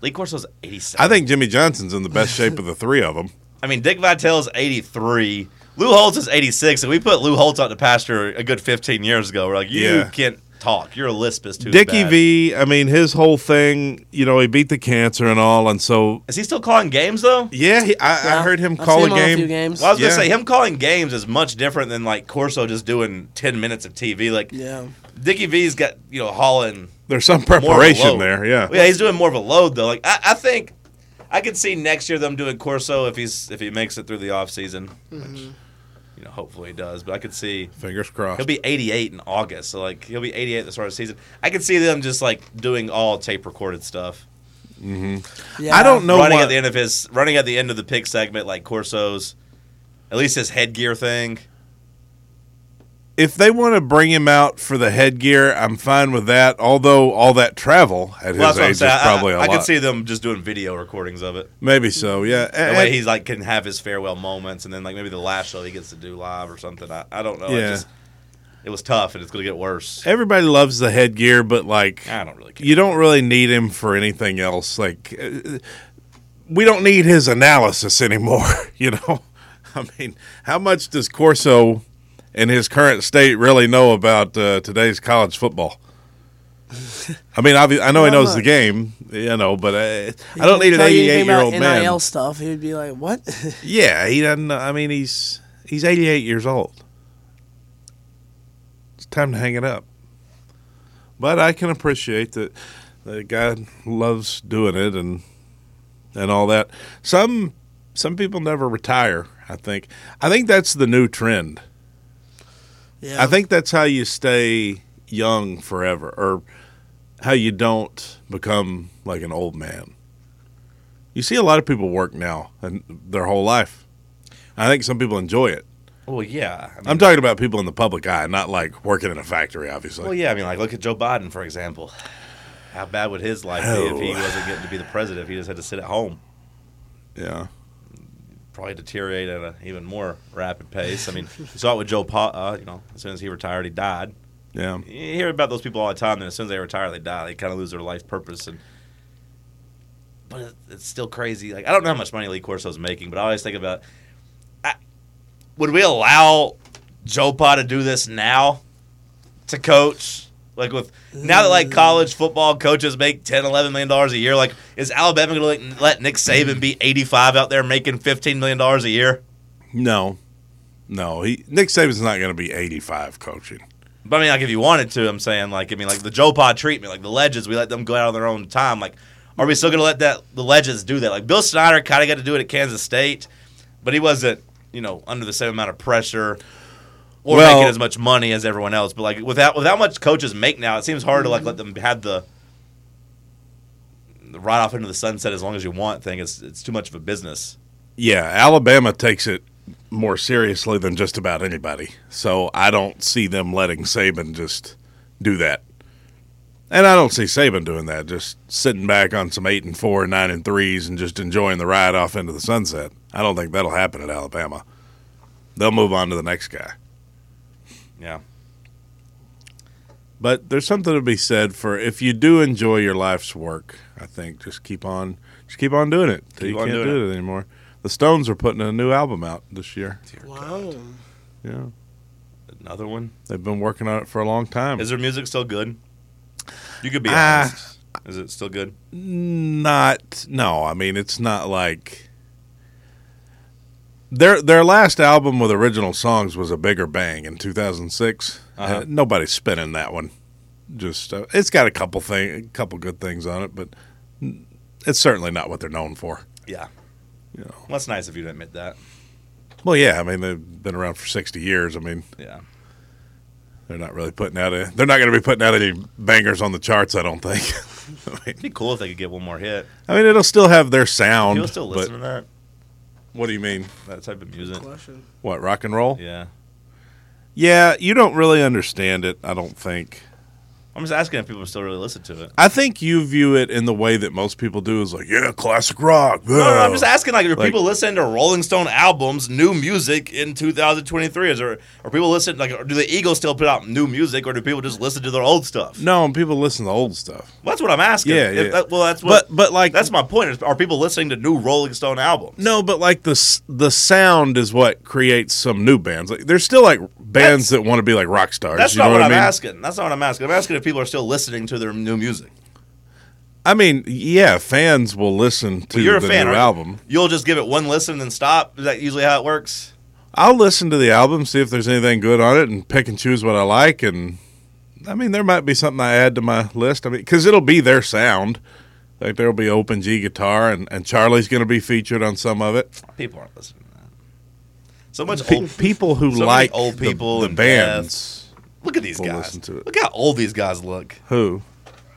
Speaker 1: Lee Corso's eighty seven.
Speaker 2: I think Jimmy Johnson's in the best shape of the three of them.
Speaker 1: I mean, Dick Vitale's 83. Lou Holtz is 86, and we put Lou Holtz out to pasture a good 15 years ago. We're like, you
Speaker 2: Yeah.
Speaker 1: can't talk. Your lisp is too
Speaker 2: Dickie
Speaker 1: bad.
Speaker 2: V, I mean, his whole thing, you know, he beat the cancer and all, and so
Speaker 1: Is he still calling games though?
Speaker 2: yeah, he, I, I
Speaker 4: Yeah,
Speaker 2: heard him
Speaker 4: I've
Speaker 2: call a
Speaker 4: seen him on
Speaker 2: game.
Speaker 4: few games.
Speaker 1: Well, I was
Speaker 2: Yeah.
Speaker 1: gonna say him calling games is much different than like Corso just doing ten minutes of TV. Like
Speaker 4: Yeah.
Speaker 1: Dickie V's got you know hauling
Speaker 2: There's some
Speaker 1: more of a
Speaker 2: preparation
Speaker 1: load.
Speaker 2: there, yeah.
Speaker 1: yeah, he's doing more of a load though. Like I, I think I could see next year them doing Corso if he's if he makes it through the off season, which you know hopefully he does. But I could see
Speaker 2: Fingers crossed.
Speaker 1: he'll be 88 in August, so like he'll be 88 at the start of the season. I could see them just like doing all tape recorded stuff.
Speaker 4: yeah.
Speaker 2: I don't know
Speaker 1: running
Speaker 2: why-
Speaker 1: at the end of his running at the end of the pick segment like Corso's, at least his headgear thing.
Speaker 2: if they want to bring him out for the headgear, I'm fine with that. Although all that travel at
Speaker 1: Well, that's
Speaker 2: his
Speaker 1: what I'm
Speaker 2: age is
Speaker 1: saying. I-
Speaker 2: probably a
Speaker 1: I, I
Speaker 2: lot.
Speaker 1: could see them just doing video recordings of it.
Speaker 2: Maybe so, yeah. Eh,
Speaker 1: That
Speaker 2: And-
Speaker 1: way he's like can have his farewell moments, and then like maybe the last show he gets to do live or something. I, I don't know. It,
Speaker 2: Yeah.
Speaker 1: just, it was tough, and it's gonna get worse.
Speaker 2: everybody loves the headgear, but like
Speaker 1: I don't really care.
Speaker 2: you don't really need him for anything else. Like uh, we don't need his analysis anymore. You know, I mean, how much does Corso in his current state really know about uh, today's college football? I mean, obvi- I know he
Speaker 4: Not
Speaker 2: knows the
Speaker 4: much.
Speaker 2: game, you know, but uh,
Speaker 4: He
Speaker 2: I don't
Speaker 4: couldn't
Speaker 2: need an
Speaker 4: tell you anything
Speaker 2: eighty-eight-year-old
Speaker 4: about
Speaker 2: man.
Speaker 4: NIL stuff. He would be like, "What?
Speaker 2: Yeah, he doesn't. I mean, he's he's 88 years old. It's time to hang it up. But I can appreciate that the guy loves doing it and and all that. Some some people never retire. I think I think that's the new trend.
Speaker 4: yeah,
Speaker 2: I think that's how you stay young forever, or how you don't become like an old man. You see a lot of people work now and their whole life. I think some people enjoy it.
Speaker 1: Well, yeah. I mean,
Speaker 2: I'm talking about people in the public eye, not like working in a factory, obviously.
Speaker 1: well, yeah. I mean, like look at Joe Biden for example. How bad would his life be if he
Speaker 2: Oh.
Speaker 1: wasn't getting to be the president? If he just had to sit at home,
Speaker 2: yeah.
Speaker 1: probably deteriorate at an even more rapid pace. I mean, you saw it with Joe. Pa- uh, you know, as soon as he retired, he died.
Speaker 2: Yeah.
Speaker 1: you hear about those people all the time. Then as soon as they retire, they die. They kind of lose their life purpose. And but it- it's still crazy. Like I don't know how much money Lee Corso's making, but I always think about I, would we allow Joe Pa to do this now to coach? Like with now that like college football coaches make 10 11 million dollars a year, like is Alabama going to like let Nick Saban be 85 out there making 15 million dollars a year?
Speaker 2: No. No. He, Nick Saban's not going to be 85 coaching.
Speaker 1: But I mean, like if you wanted to, I'm saying like I mean like the Joe Pod treatment, like the legends, we let them go out on their own time. Like, are we still gonna let that the legends do that? Like Bill Snyder kind of got to do it at Kansas State, but he wasn't you know under the same amount of pressure or
Speaker 2: Well-
Speaker 1: making as much money as everyone else. But like without with how much coaches make now, it seems hard to like let them have the the ride off into the sunset as long as you want thing. It's it's too much of a business.
Speaker 2: Yeah, Alabama takes it more seriously than just about anybody. So I don't see them letting Saban just do that. And I don't see Saban doing that, just sitting back on some eight and four, nine and threes, and just enjoying the ride off into the sunset. I don't think that'll happen at Alabama. They'll move on to the next guy.
Speaker 1: Yeah.
Speaker 2: But there's something to be said for if you do enjoy your life's work, I think just keep on just keep on doing it. till
Speaker 1: Keep
Speaker 2: you
Speaker 1: on
Speaker 2: can't
Speaker 1: doing
Speaker 2: do it anymore. The Stones are putting a new album out this year.
Speaker 4: wow.
Speaker 2: Yeah.
Speaker 1: Another one.
Speaker 2: They've been working on it for a long time.
Speaker 1: Is their music still good? You could be
Speaker 2: Ah.
Speaker 1: honest. Is it still good?
Speaker 2: not no, I mean it's not like their their last album with original songs was a bigger bang in 2006. uh
Speaker 1: Uh-huh.
Speaker 2: nobody's spinning that one. Just uh, it's got a couple thing, a couple good things on it, but it's certainly not what they're known for.
Speaker 1: Yeah.
Speaker 2: You know.
Speaker 1: Well, that's nice if you admit that.
Speaker 2: Well, yeah, I mean they've been around for 60 years. I mean
Speaker 1: Yeah.
Speaker 2: they're not really putting out a, they're not going to be putting out any bangers on the charts. I don't think. I, mean,
Speaker 1: It'd be cool if they could get one more hit.
Speaker 2: I mean, it'll still have their sound.
Speaker 1: People still
Speaker 2: but-
Speaker 1: listen to that
Speaker 2: What do you mean?
Speaker 1: that type of music.
Speaker 4: Question.
Speaker 2: What rock and roll?
Speaker 1: Yeah.
Speaker 2: Yeah, you don't really understand it. I don't think.
Speaker 1: I'm just asking if people still really listen to it.
Speaker 2: I think you view it in the way that most people do is like, yeah, classic rock.
Speaker 1: No, no,
Speaker 2: yeah.
Speaker 1: I'm just asking like, are
Speaker 2: Like-
Speaker 1: people listening to Rolling Stone albums, new music in 2023? Is there are people listening like, do the Eagles still put out new music, or do people just listen to their old stuff?
Speaker 2: No, people listen to old stuff.
Speaker 1: Well, that's what I'm asking.
Speaker 2: Yeah,
Speaker 1: If
Speaker 2: yeah.
Speaker 1: that- well, that's what.
Speaker 2: but but like
Speaker 1: that's my point. Is, are people listening to new Rolling Stone albums?
Speaker 2: no, but like the s- the sound is what creates some new bands. Like there's still like bands that want to be like rock stars.
Speaker 1: That's
Speaker 2: you know
Speaker 1: not what,
Speaker 2: what
Speaker 1: I'm
Speaker 2: I mean?
Speaker 1: asking. That's not what I'm asking. I'm asking if people are still listening to their new music.
Speaker 2: I mean, yeah, fans will listen to
Speaker 1: You're a
Speaker 2: the
Speaker 1: fan.
Speaker 2: new
Speaker 1: aren't you?
Speaker 2: album.
Speaker 1: You'll just give it one listen and then stop. Is that usually how it works?
Speaker 2: I'll listen to the album, see if there's anything good on it, and pick and choose what I like. And I mean, there might be something I add to my list. I mean, because it'll be their sound. Like there'll be open G guitar, and, and Charlie's going to be featured on some of it.
Speaker 1: People aren't listening to that. So much
Speaker 2: Pe-
Speaker 1: old.
Speaker 2: people who
Speaker 1: so many
Speaker 2: like
Speaker 1: old
Speaker 2: the-
Speaker 1: people
Speaker 2: the,
Speaker 1: and
Speaker 2: bands.
Speaker 1: Look at these
Speaker 2: People
Speaker 1: guys.
Speaker 2: listen to it.
Speaker 1: Look how old these guys look.
Speaker 2: Who?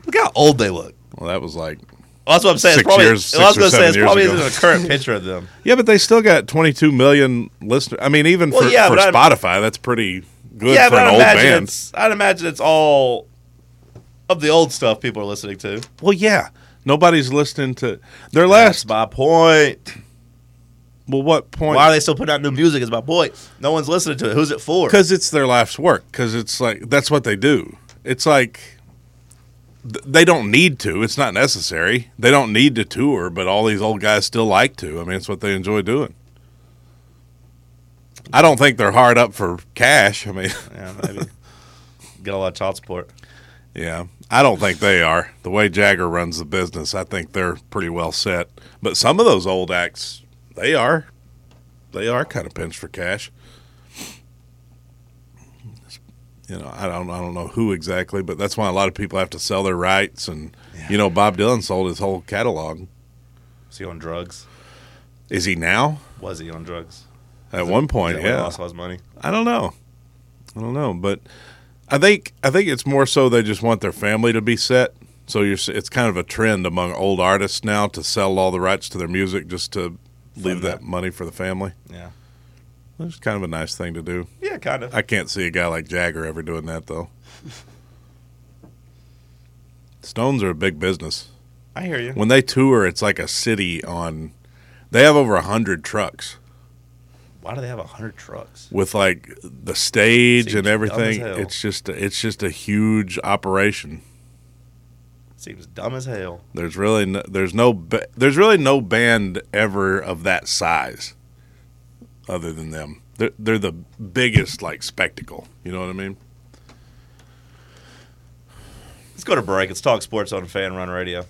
Speaker 1: Look how old they look.
Speaker 2: Well, that was like
Speaker 1: Well, that's what I'm saying. it's
Speaker 2: Six
Speaker 1: probably,
Speaker 2: years-
Speaker 1: well, I was
Speaker 2: six or
Speaker 1: gonna say
Speaker 2: seven
Speaker 1: it's
Speaker 2: years
Speaker 1: probably
Speaker 2: ago.
Speaker 1: isn't a current picture of them.
Speaker 2: yeah, but they still got 22 million listeners. I mean, even
Speaker 1: Well,
Speaker 2: for,
Speaker 1: yeah,
Speaker 2: for
Speaker 1: but I-
Speaker 2: Spotify, that's pretty good
Speaker 1: yeah,
Speaker 2: for
Speaker 1: but
Speaker 2: an
Speaker 1: I'd
Speaker 2: old
Speaker 1: imagine
Speaker 2: band.
Speaker 1: it's I'd imagine it's all of the old stuff people are listening to.
Speaker 2: Well, yeah, nobody's listening to their
Speaker 1: That's
Speaker 2: last.
Speaker 1: my point.
Speaker 2: Well, what point?
Speaker 1: Why are they still putting out new music? Is my point. No one's listening to it. Who's it for?
Speaker 2: because it's their life's work because it's like that's what they do it's like th- they don't need to it's not necessary they don't need to tour but all these old guys still like to i mean it's what they enjoy doing i don't think they're hard up for cash i mean
Speaker 1: Yeah, maybe. Get a lot of child support.
Speaker 2: yeah i don't think they are the way jagger runs the business i think they're pretty well set but some of those old acts they are they are kind of pinched for cash you know, I don't, I don't know who exactly, but that's why a lot of people have to sell their rights. And you know, Bob Dylan sold his whole catalog.
Speaker 1: Was he on drugs?
Speaker 2: Is he now?
Speaker 1: Was he on drugs?
Speaker 2: At one point,
Speaker 1: Is that where he
Speaker 2: yeah.
Speaker 1: lost all his money.
Speaker 2: I don't know. I don't know, but I think I think it's more so they just want their family to be set. So you're, s- it's kind of a trend among old artists now to sell all the rights to their music just to leave that
Speaker 1: that.
Speaker 2: money for the family.
Speaker 1: Yeah.
Speaker 2: It's kind of a nice thing to do.
Speaker 1: Yeah, kind of.
Speaker 2: I can't see a guy like Jagger ever doing that though. Stones are a big business.
Speaker 1: I hear you.
Speaker 2: When they tour, it's like a city on. They have over a hundred trucks
Speaker 1: Why do they have hundred trucks?
Speaker 2: with like the stage
Speaker 1: Seems
Speaker 2: and
Speaker 1: dumb
Speaker 2: everything.
Speaker 1: as hell.
Speaker 2: It's just it's just a huge operation.
Speaker 1: Seems dumb as hell.
Speaker 2: There's really no, there's no ba- there's really no band ever of that size, other than them. They're they're the biggest like spectacle. You know what I mean?
Speaker 1: Let's go to break. It's Talk Sports on Fan Run Radio.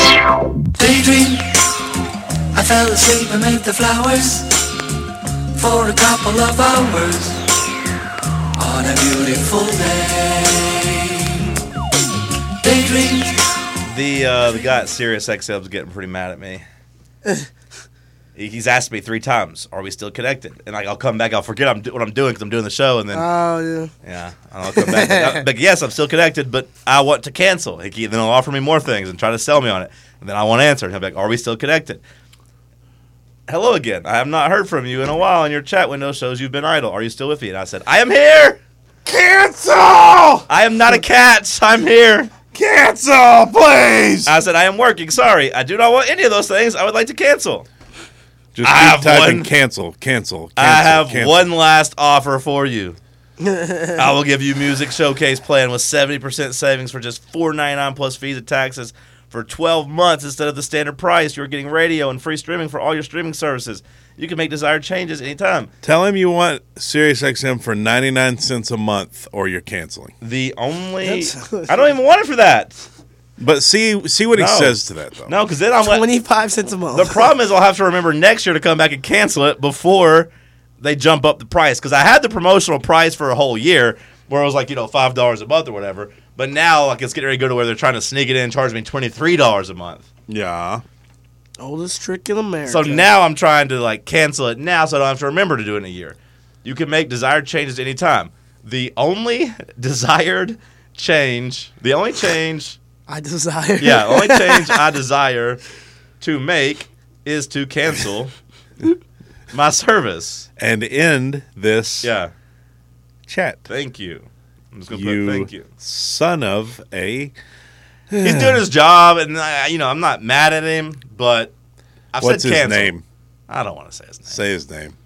Speaker 5: Daydream. I fell asleep amid the flowers for a couple of hours on a beautiful day. Daydream.
Speaker 1: The uh, the guy at Sirius XM's getting pretty mad at me. He- He's asked me three times, "Are we still connected?" And like, I'll come back, I'll forget I'm do- what I'm doing because I'm doing the show, and then
Speaker 4: Oh yeah.
Speaker 1: yeah, and I'll come back. and I'll- like, yes, I'm still connected, but I want to cancel. He keep- then he'll offer me more things and try to sell me on it, and then I won't answer. And he'll be like, "Are we still connected?" Hello again. I have not heard from you in a while, and your chat window shows you've been idle. Are you still with me? And I said, "I am here.
Speaker 2: Cancel!
Speaker 1: I am not a cat. I'm here."
Speaker 2: Cancel, please!
Speaker 1: I said, I am working. Sorry. I do not want any of those things. I would like to cancel.
Speaker 2: Just
Speaker 1: I
Speaker 2: keep
Speaker 1: have
Speaker 2: typing
Speaker 1: one-
Speaker 2: cancel, cancel, cancel.
Speaker 1: I have
Speaker 2: cancel.
Speaker 1: one last offer for you. I will give you music showcase plan with 70% savings for just $4.99 plus fees and taxes for 12 months instead of the standard price. You're getting radio and free streaming for all your streaming services. You can make desired changes anytime.
Speaker 2: Tell him you want SiriusXM for 99 cents a month or you're canceling.
Speaker 1: The only
Speaker 4: That's-
Speaker 1: I don't even want it for that.
Speaker 2: But see see what he
Speaker 1: No.
Speaker 2: says to that though.
Speaker 1: No, because then I'm like,
Speaker 4: Twenty five cents a month.
Speaker 1: The problem is I'll have to remember next year to come back and cancel it before they jump up the price because I had the promotional price for a whole year where it was like you know five dollars a month or whatever. But now like it's getting ready to go to where they're trying to sneak it in and charge me twenty three dollars a month.
Speaker 2: Yeah.
Speaker 4: Oldest trick in America.
Speaker 1: So now I'm trying to like cancel it now so I don't have to remember to do it in a year. You can make desired changes anytime. The only desired change, the only change
Speaker 4: I desire.
Speaker 1: Yeah, the only change I desire to make is to cancel my service.
Speaker 2: and end this
Speaker 1: Yeah,
Speaker 2: chat.
Speaker 1: thank you. I'm just gonna
Speaker 2: You,
Speaker 1: put thank you.
Speaker 2: son of a.
Speaker 1: He's doing his job, and I, you know I'm not mad at him, but I've
Speaker 2: What's
Speaker 1: said
Speaker 2: his
Speaker 1: cancel.
Speaker 2: name?
Speaker 1: I don't want to say his name.
Speaker 2: Say his name.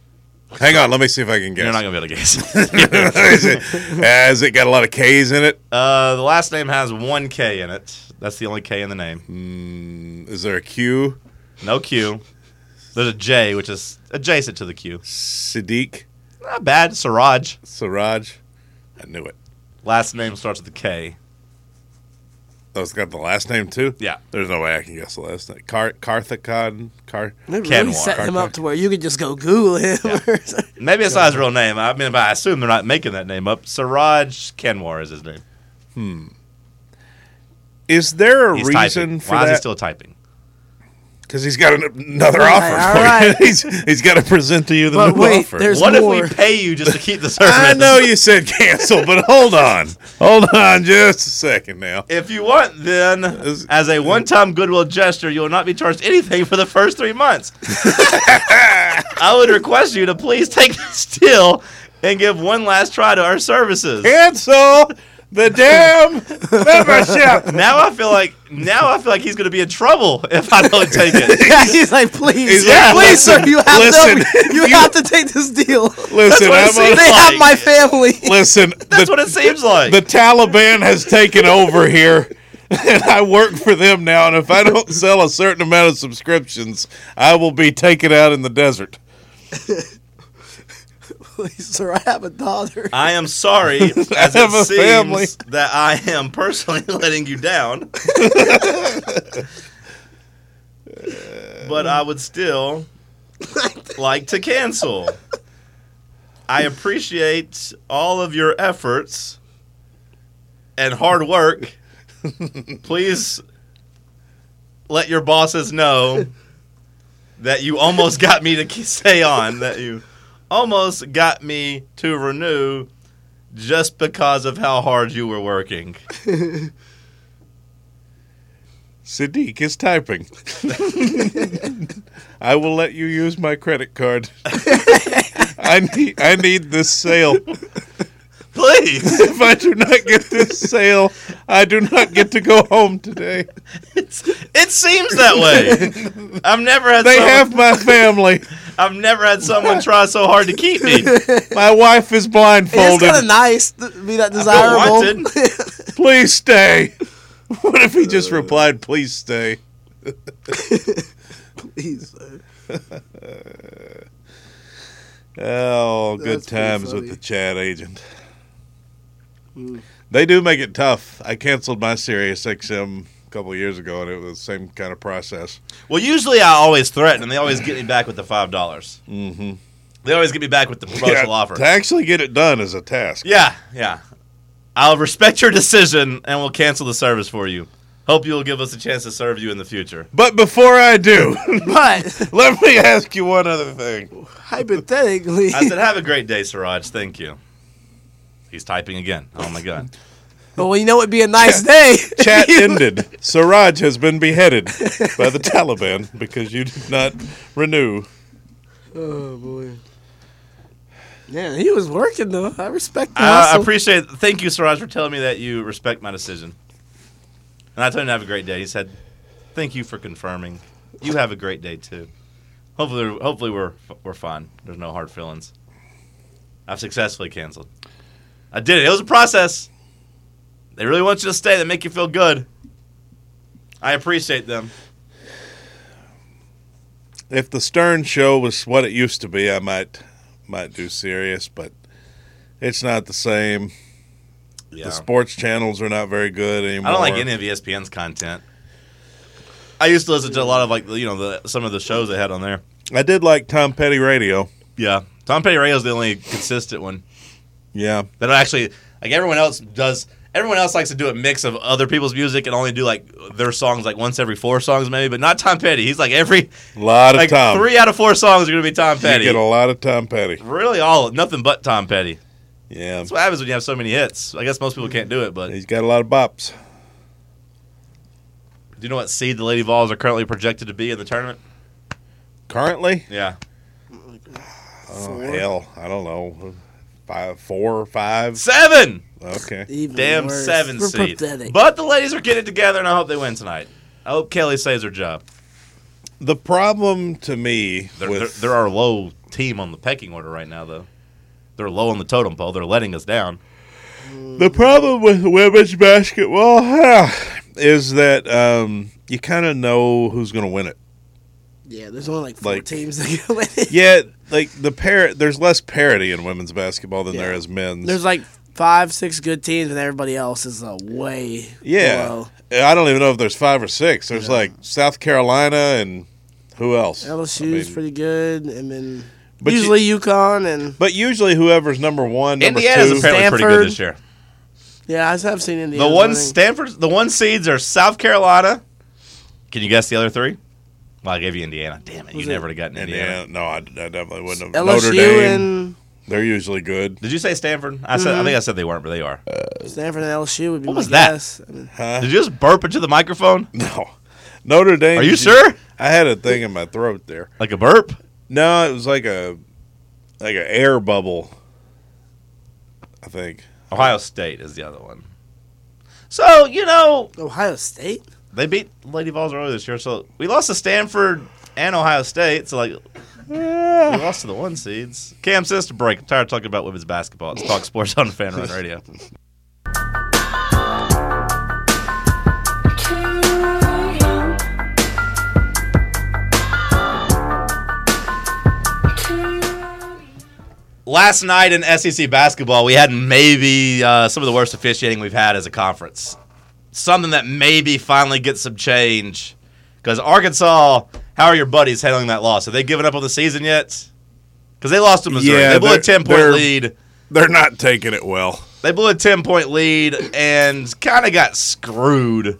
Speaker 2: Hang on, let me see if I can guess.
Speaker 1: You're not gonna be able to guess.
Speaker 2: Is it- has it got a lot of K's in it?
Speaker 1: uh, the last name has one K in it. That's the only K in the name.
Speaker 2: Mm, Is there a Q?
Speaker 1: No Q. There's a J, which is adjacent to the Q.
Speaker 2: Sadiq
Speaker 1: Not bad. Siraj.
Speaker 2: Siraj? I knew it.
Speaker 1: Last name starts with a K.
Speaker 2: Oh, it's got the last name too?
Speaker 1: Yeah.
Speaker 2: There's no way I can guess the last name. Car- Karthikon? Car-
Speaker 4: They really
Speaker 1: Ken
Speaker 4: set
Speaker 1: Walker.
Speaker 4: him up to where you could just go Google him.
Speaker 1: Maybe it's not his real name. I mean, but I assume they're not making that name up. Siraj Kenwar is his name.
Speaker 2: Is there a
Speaker 1: He's
Speaker 2: reason
Speaker 1: typing.
Speaker 2: for
Speaker 1: Why is he
Speaker 2: that?
Speaker 1: still typing?
Speaker 2: Because he's got an, another
Speaker 4: All
Speaker 2: offer.
Speaker 4: right, all
Speaker 2: for you.
Speaker 4: right.
Speaker 2: he's he's got to present to you the
Speaker 4: But
Speaker 2: new
Speaker 4: wait,
Speaker 2: offer.
Speaker 4: there's-
Speaker 1: what if
Speaker 4: more.
Speaker 1: we pay you just to keep the service?
Speaker 2: I know you said cancel, but hold on, hold on, just a second now.
Speaker 1: If you want, then as a one-time goodwill gesture, you will not be charged anything for the first three months. I would request you to please take this deal and give one last try to our services.
Speaker 2: Cancel the damn membership.
Speaker 1: Now I feel like now I feel like he's going to be in trouble if I don't take it.
Speaker 4: yeah, he's like, please,
Speaker 2: He's like,
Speaker 4: please, sir,
Speaker 2: listen,
Speaker 4: you have
Speaker 2: listen,
Speaker 4: to, you,
Speaker 2: you-
Speaker 4: have to take this deal.
Speaker 2: Listen,
Speaker 1: what it
Speaker 2: I'm on,
Speaker 1: seems
Speaker 4: they have my family.
Speaker 2: listen.
Speaker 1: That's
Speaker 2: the,
Speaker 1: what it seems like.
Speaker 2: the Taliban has taken over here. And I work for them now, and if I don't sell a certain amount of subscriptions, I will be taken out in the desert.
Speaker 4: please, sir, I have a daughter.
Speaker 1: I am sorry, as it
Speaker 2: have a
Speaker 1: seems
Speaker 2: family.
Speaker 1: that I am personally letting you down. but I would still like to cancel. I appreciate all of your efforts and hard work. Please let your bosses know that you almost got me to k- stay on, that you almost got me to renew just because of how hard you were working.
Speaker 2: Sadiq is typing. I will let you use my credit card. I need I need this sale.
Speaker 1: Please.
Speaker 2: If I do not get this sale, I do not get to go home today.
Speaker 1: It's, it seems that way. I've never had
Speaker 2: They
Speaker 1: someone,
Speaker 2: have my family.
Speaker 1: I've never had someone try so hard to keep me.
Speaker 2: My wife is
Speaker 4: It's
Speaker 2: blindfolded.
Speaker 4: kind of nice to be that desirable.
Speaker 1: wanted.
Speaker 2: Please stay. What if he
Speaker 4: Uh.
Speaker 2: just replied, "Please stay"?
Speaker 4: Please, sir.
Speaker 2: Oh, good
Speaker 4: That's pretty
Speaker 2: times with
Speaker 4: funny. Hmm.
Speaker 2: the chat agent. They do make it tough. I canceled my Sirius XM a couple of years ago, and it was the same kind of process.
Speaker 1: Well, usually I always threaten, and they always get me back with the $5. dollars hmm
Speaker 2: Mm-hmm.
Speaker 1: They always get me back with the promotional offer.
Speaker 2: To actually get it done is a task.
Speaker 1: Yeah, yeah. I'll respect your decision and we'll cancel the service for you. Hope you'll give us a chance to serve you in the future.
Speaker 2: But before I do,
Speaker 4: But
Speaker 2: let me ask you one other thing.
Speaker 4: hypothetically,
Speaker 1: I said, Have a great day, Siraj. Thank you. He's typing again. Oh my god.
Speaker 4: well, you know it'd be a nice day.
Speaker 2: Chat ended. Siraj has been beheaded by the Taliban because you did not renew.
Speaker 4: oh boy. Yeah, he was working though. I respect the
Speaker 1: I, I
Speaker 4: hustle.
Speaker 1: appreciate thank you, Siraj, for telling me that you respect my decision. And I told him to have a great day. He said, Thank you for confirming. You have a great day too. Hopefully hopefully we're we're fine. There's no hard feelings. I've successfully canceled. I did it. It was a process. They really want you to stay. They make you feel good. I appreciate them.
Speaker 2: If the Stern show was what it used to be, I might might do Sirius, but it's not the same.
Speaker 1: Yeah.
Speaker 2: The sports channels are not very good anymore.
Speaker 1: I don't like any of E ESPN's content. I used to listen to a lot of like the- you know the some of the shows they had on there.
Speaker 2: I did like Tom Petty radio.
Speaker 1: Yeah, Tom Petty Radio is the only consistent one.
Speaker 2: Yeah,
Speaker 1: That actually like everyone else does. Everyone else likes to do a mix of other people's music and only do like their songs like once every four songs maybe, but not Tom Petty. He's like every
Speaker 2: a lot of
Speaker 1: like
Speaker 2: Tom.
Speaker 1: three out of four songs are gonna be Tom
Speaker 2: you
Speaker 1: Petty.
Speaker 2: get a lot of Tom Petty.
Speaker 1: Really, all nothing but Tom Petty.
Speaker 2: Yeah,
Speaker 1: That's what happens when you have so many hits. I guess most people can't do it, but do
Speaker 2: he's got a lot of bops.
Speaker 1: you know what seed the Lady Vols are currently projected to be in the tournament?
Speaker 2: Currently,
Speaker 1: Yeah,
Speaker 2: Oh, hell, I don't know. Five, four or five.
Speaker 1: Seven.
Speaker 2: Okay.
Speaker 4: Even
Speaker 1: Damn
Speaker 4: worse.
Speaker 1: seven
Speaker 4: We're
Speaker 1: seed.
Speaker 4: pathetic.
Speaker 1: But the ladies are getting it together, and I hope they win tonight. I hope Kelly saves her job.
Speaker 2: The problem to me
Speaker 1: They're, they're,
Speaker 2: with
Speaker 1: they're our low team on the pecking order right now, though. They're low on the totem pole. They're letting us down.
Speaker 2: the problem with women's basketball is that um, you kind of know who's going to win it.
Speaker 4: yeah, there's only like four
Speaker 2: Like-
Speaker 4: teams that can win it.
Speaker 2: Yeah, like the par there's less parity in women's basketball than there
Speaker 4: Yeah.
Speaker 2: is men's.
Speaker 4: There's like five, six good teams, and everybody else is uh, way
Speaker 2: yeah.
Speaker 4: below.
Speaker 2: I don't even know if there's five or six. There's like South Carolina and who else?
Speaker 4: LSU's
Speaker 2: I mean-
Speaker 4: pretty good, and then
Speaker 2: But you-
Speaker 4: usually UConn and
Speaker 2: But usually, whoever's number one, number
Speaker 1: Indiana's
Speaker 2: two,
Speaker 1: apparently pretty
Speaker 4: Stanford.
Speaker 1: good this year.
Speaker 4: yeah, I have seen Indiana.
Speaker 1: The one
Speaker 4: winning.
Speaker 1: Stanford, the one seeds are South Carolina. Can you guess the other three? Well, I gave you Indiana. Damn it, you
Speaker 4: Who's
Speaker 1: never
Speaker 4: it?
Speaker 1: would have gotten Indiana.
Speaker 2: Indiana. No, I, I definitely wouldn't have. Notre
Speaker 4: LSU
Speaker 2: Dame.
Speaker 4: and
Speaker 2: They're usually good.
Speaker 1: Did you say Stanford? I said I
Speaker 4: Mm-hmm.
Speaker 1: think I said they weren't, but they are.
Speaker 4: Stanford and LSU would be
Speaker 1: What
Speaker 4: my
Speaker 1: was that?
Speaker 4: guess. I mean,
Speaker 1: Did you just burp into the microphone
Speaker 2: No, Notre Dame.
Speaker 1: Are you
Speaker 2: is-
Speaker 1: sure?
Speaker 2: I had a thing in my throat there.
Speaker 1: like a burp?
Speaker 2: No, it was like a like an air bubble. I think.
Speaker 1: Ohio State is the other one. So you know
Speaker 4: Ohio State.
Speaker 1: they beat Lady Vols earlier this year, so we lost to Stanford and Ohio State. So like we lost to the one seeds. Cam, since the break, I'm tired of talking about women's basketball. Let's talk sports on Fan Run Radio. last night in SEC basketball, we had maybe uh, some of the worst officiating we've had as a conference. Something that maybe finally gets some change. Because Arkansas, how are your buddies handling that loss? Have they given up on the season yet? Because they lost to Missouri.
Speaker 2: Yeah,
Speaker 1: they blew a
Speaker 2: they're-
Speaker 1: 10 point
Speaker 2: they're-
Speaker 1: lead.
Speaker 2: They're not taking it well.
Speaker 1: They blew a 10 point lead and kind of got screwed.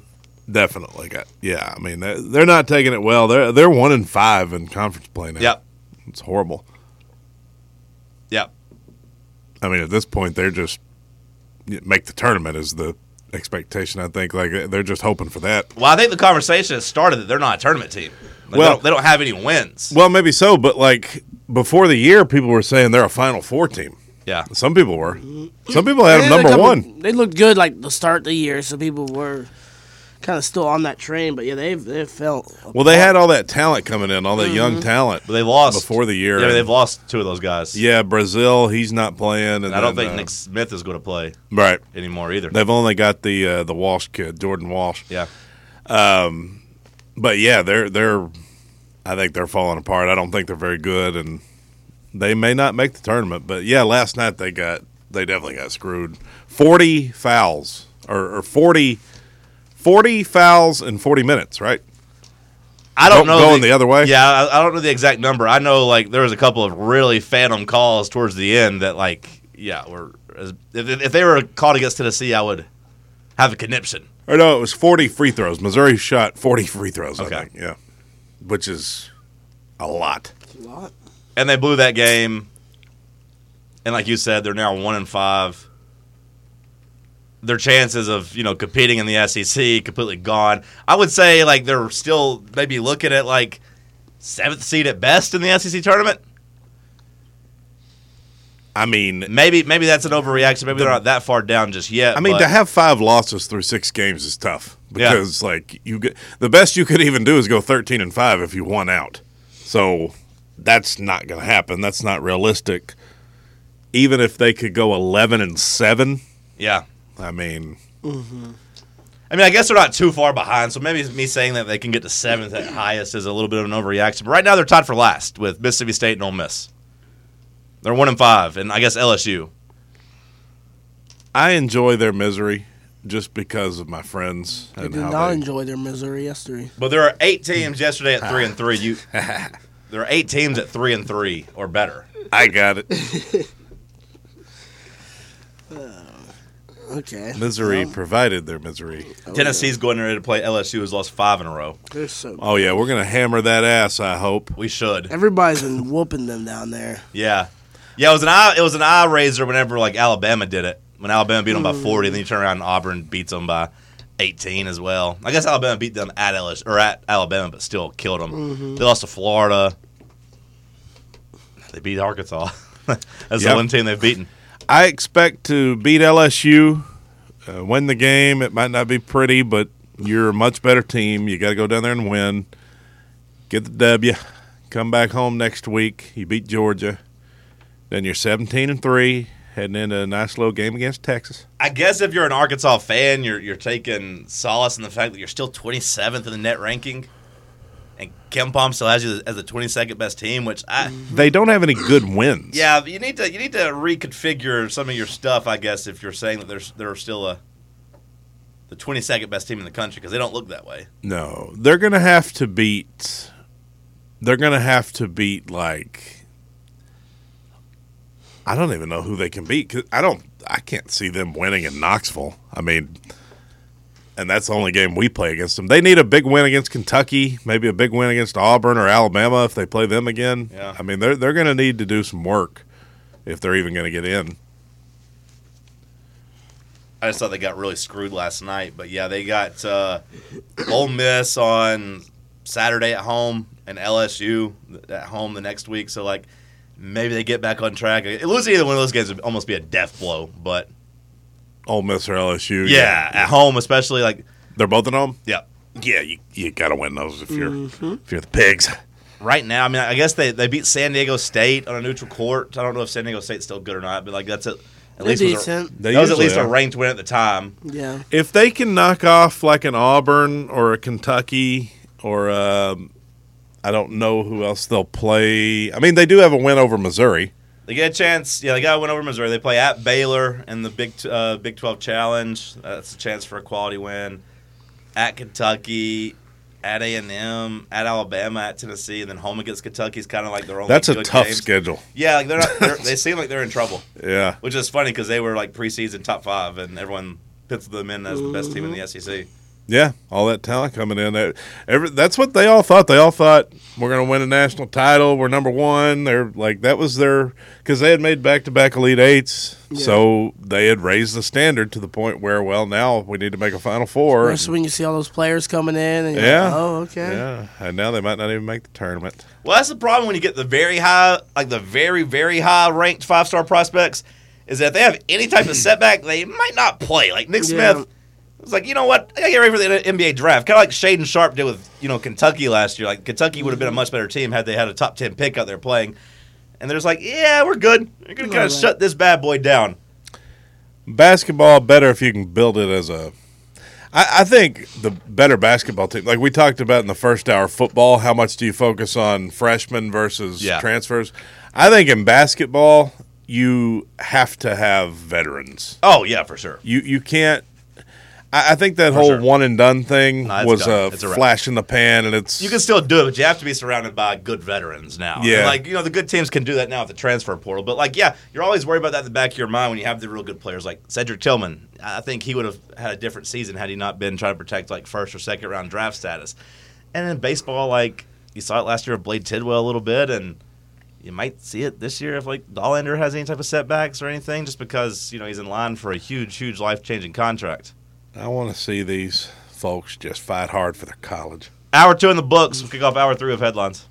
Speaker 2: Definitely got. Yeah, I mean they're, they're not taking it well. They're they're one in five in conference play now.
Speaker 1: Yep.
Speaker 2: it's horrible.
Speaker 1: Yep.
Speaker 2: I mean, at this point, they're just make the tournament is the expectation. I think like they're just hoping for that.
Speaker 1: Well, I think the conversation has started that they're not a tournament team. Like,
Speaker 2: Well-
Speaker 1: they, don't, they don't have any wins.
Speaker 2: Well, maybe so, but like before the year, people were saying they're a Final Four team.
Speaker 1: yeah.
Speaker 2: Some people were. Some people had
Speaker 4: They
Speaker 2: them
Speaker 4: had a
Speaker 2: number
Speaker 4: couple-
Speaker 2: one.
Speaker 4: They looked good like the start of the year, so people were kind of still on that train. But yeah, they they felt
Speaker 2: Well, they had all that talent coming in, all that young talent.
Speaker 1: But they lost.
Speaker 2: Before the year.
Speaker 1: Yeah, but they've lost two of those guys.
Speaker 2: Yeah, Brazil, he's not playing. And
Speaker 1: And I don't
Speaker 2: then,
Speaker 1: think
Speaker 2: uh,
Speaker 1: Nick Smith is going to play
Speaker 2: Right.
Speaker 1: anymore either.
Speaker 2: They've only got the uh, the Walsh kid, Jordan Walsh.
Speaker 1: yeah.
Speaker 2: But yeah, they're they're. I think they're falling apart. I don't think they're very good, and they may not make the tournament. But yeah, last night they got they definitely got screwed. Forty fouls or, or 40, 40 fouls in forty minutes, right?
Speaker 1: I don't
Speaker 2: Go-
Speaker 1: know
Speaker 2: going the other way?
Speaker 1: Yeah, I, I don't know the exact number. I know like there was a couple of really phantom calls towards the end that like yeah were as, if, if they were called against Tennessee, I would have a conniption.
Speaker 2: Or no, it was forty free throws. Missouri shot forty free throws.
Speaker 1: Okay.
Speaker 2: I think. yeah, which is a lot.
Speaker 1: And they blew that game. And like you said, they're now one and five. Their chances of you know competing in the SEC completely gone. I would say like they're still maybe looking at like seventh seed at best in the SEC tournament.
Speaker 2: I mean,
Speaker 1: Maybe maybe that's an overreaction. Maybe they're not that far down just yet.
Speaker 2: I mean
Speaker 1: but-
Speaker 2: to have five losses through six games is tough
Speaker 1: Yeah.
Speaker 2: because like you get the best you could even do is go thirteen and five if you won out. So that's not going to happen. That's not realistic. Even if they could go eleven and seven,
Speaker 1: yeah.
Speaker 2: I mean,
Speaker 1: I mean, I guess they're not too far behind, so maybe me saying that they can get to seventh at highest is a little bit of an overreaction. But right now, they're tied for last with Mississippi State and Ole Miss. They're one and five, and I guess LSU.
Speaker 2: I enjoy their misery just because of my friends
Speaker 4: they
Speaker 2: and
Speaker 4: did
Speaker 2: how
Speaker 4: not
Speaker 2: they-
Speaker 4: enjoy their misery yesterday.
Speaker 1: But there are eight teams yesterday at three and three. You, there are eight teams at three and three or better.
Speaker 2: I got it.
Speaker 4: Okay,
Speaker 2: Misery provided their misery.
Speaker 1: Tennessee's going ready to play LSU, who's lost five in a row.
Speaker 4: they're so
Speaker 2: Oh yeah, we're gonna hammer that ass. I hope.
Speaker 1: We should.
Speaker 4: everybody's been whooping them down there.
Speaker 1: Yeah, yeah. It was an eye. It was an eye raiser whenever like Alabama did it. When Alabama beat them by forty, then you turn around and Auburn beats them by eighteen as well. I guess Alabama beat them at LSU or at Alabama, but still killed them. They lost to Florida. They beat Arkansas. That's
Speaker 2: Yep.
Speaker 1: the one team they've beaten.
Speaker 2: I expect to beat LSU, uh, win the game. It might not be pretty, but you're a much better team. You got to go down there and win. Get the W. Come back home next week. You beat Georgia. Then you're 17 and 3, heading into a nice little game against Texas.
Speaker 1: I guess if you're an Arkansas fan, you're you're taking solace in the fact that you're still 27th in the net ranking, and Kim Palm still has you as the 22nd best team. Which I
Speaker 2: They don't have any good wins.
Speaker 1: yeah, you need to you need to reconfigure some of your stuff. I guess if you're saying that there's they're still a the 22nd best team in the country because they don't look that way.
Speaker 2: No, they're gonna have to beat. They're gonna have to beat like. I don't even know who they can beat. 'cause I don't. I can't see them winning in Knoxville. I mean, and that's the only game we play against them. They need a big win against Kentucky, maybe a big win against Auburn or Alabama if they play them again.
Speaker 1: Yeah.
Speaker 2: I mean, they're they're gonna need to do some work if they're even gonna get in.
Speaker 1: I just thought they got really screwed last night. But yeah, they got uh, Ole Miss on Saturday at home and LSU at home the next week. So like maybe they get back on track. Losing either one of those games would almost be a death blow. But
Speaker 2: Ole Miss or LSU.
Speaker 1: yeah, at home especially like
Speaker 2: they're both at home. Mm-hmm.
Speaker 1: yeah.
Speaker 2: Yeah, you, you gotta win those if you're if you're the pigs.
Speaker 1: Right now, I mean, I guess they, they beat San Diego State on a neutral court. I don't know if San Diego State's still good or not, but like that's it. At
Speaker 4: They're
Speaker 1: least was a,
Speaker 4: decent.
Speaker 2: They
Speaker 1: that was at
Speaker 2: usually
Speaker 1: least a
Speaker 2: are.
Speaker 1: ranked win at the time.
Speaker 4: Yeah.
Speaker 2: if they can knock off like an Auburn or a Kentucky or um, I don't know who else they'll play. I mean, they do have a win over Missouri.
Speaker 1: They get a chance. Yeah, they got to win over Missouri. They play at Baylor in the Big t- uh, Big Twelve Challenge. That's a chance for a quality win. At Kentucky, at A and M, at Alabama, at Tennessee, and then home against Kentucky is kind of like their only.
Speaker 2: That's a
Speaker 1: good
Speaker 2: tough
Speaker 1: games.
Speaker 2: schedule.
Speaker 1: Yeah, like they're not. They're, they seem like they're in trouble,
Speaker 2: Yeah,
Speaker 1: which is funny because they were like preseason top five, and everyone pits them in as the best team in the E SEC.
Speaker 2: yeah, all that talent coming in. That- every- that's what they all thought. They all thought we're going to win a national title. We're number one. They're like that was their because they had made back to back elite eights, so they had raised the standard to the point where well now we need to make a final four.
Speaker 4: Especially when you see all those players coming in and you're
Speaker 2: yeah.
Speaker 4: like, oh, okay.
Speaker 2: Yeah, and now they might not even make the tournament.
Speaker 1: Well, that's the problem when you get the very high, like the very, very high ranked five star prospects, is that if they have any type of setback, they might not play. Like Nick
Speaker 4: Yeah.
Speaker 1: Smith was like, you know what? I got to get ready for the NBA draft. Kind of like Shaden Sharp did with, you know, Kentucky last year. Like Kentucky would have
Speaker 4: Mm-hmm.
Speaker 1: been a much better team had they had a top 10 pick out there playing. And they're just like, yeah, we're good. We're going to kind
Speaker 4: All
Speaker 1: of
Speaker 4: right.
Speaker 1: shut this bad boy down.
Speaker 2: basketball better if you can build it as a I, I think the better basketball team like we talked about in the first hour football how much do you focus on freshmen versus
Speaker 1: Yeah.
Speaker 2: transfers i think in basketball you have to have veterans
Speaker 1: Oh, yeah, for sure.
Speaker 2: you you can't i, I think that whole
Speaker 1: sure.
Speaker 2: one and done thing
Speaker 1: No, it's
Speaker 2: was
Speaker 1: done.
Speaker 2: a,
Speaker 1: It's a wrap.
Speaker 2: flash in the pan and it's
Speaker 1: You can still do it, but you have to be surrounded by good veterans now.
Speaker 2: Yeah.
Speaker 1: And, like, you know, the good teams can do that now with the transfer portal. But, like, yeah, you're always worried about that in the back of your mind when you have the real good players. Like, Cedric Tillman, I I think he would have had a different season had he not been trying to protect, like, first or second round draft status. And in baseball, like, you saw it last year with Blade Tidwell a little bit, and you might see it this year if, like, Dollander has any type of setbacks or anything, just because, you know, he's in line for a huge, huge life changing contract.
Speaker 2: i want to see these folks just fight hard for their college
Speaker 1: Hour two in the books. We'll kick off hour three of headlines.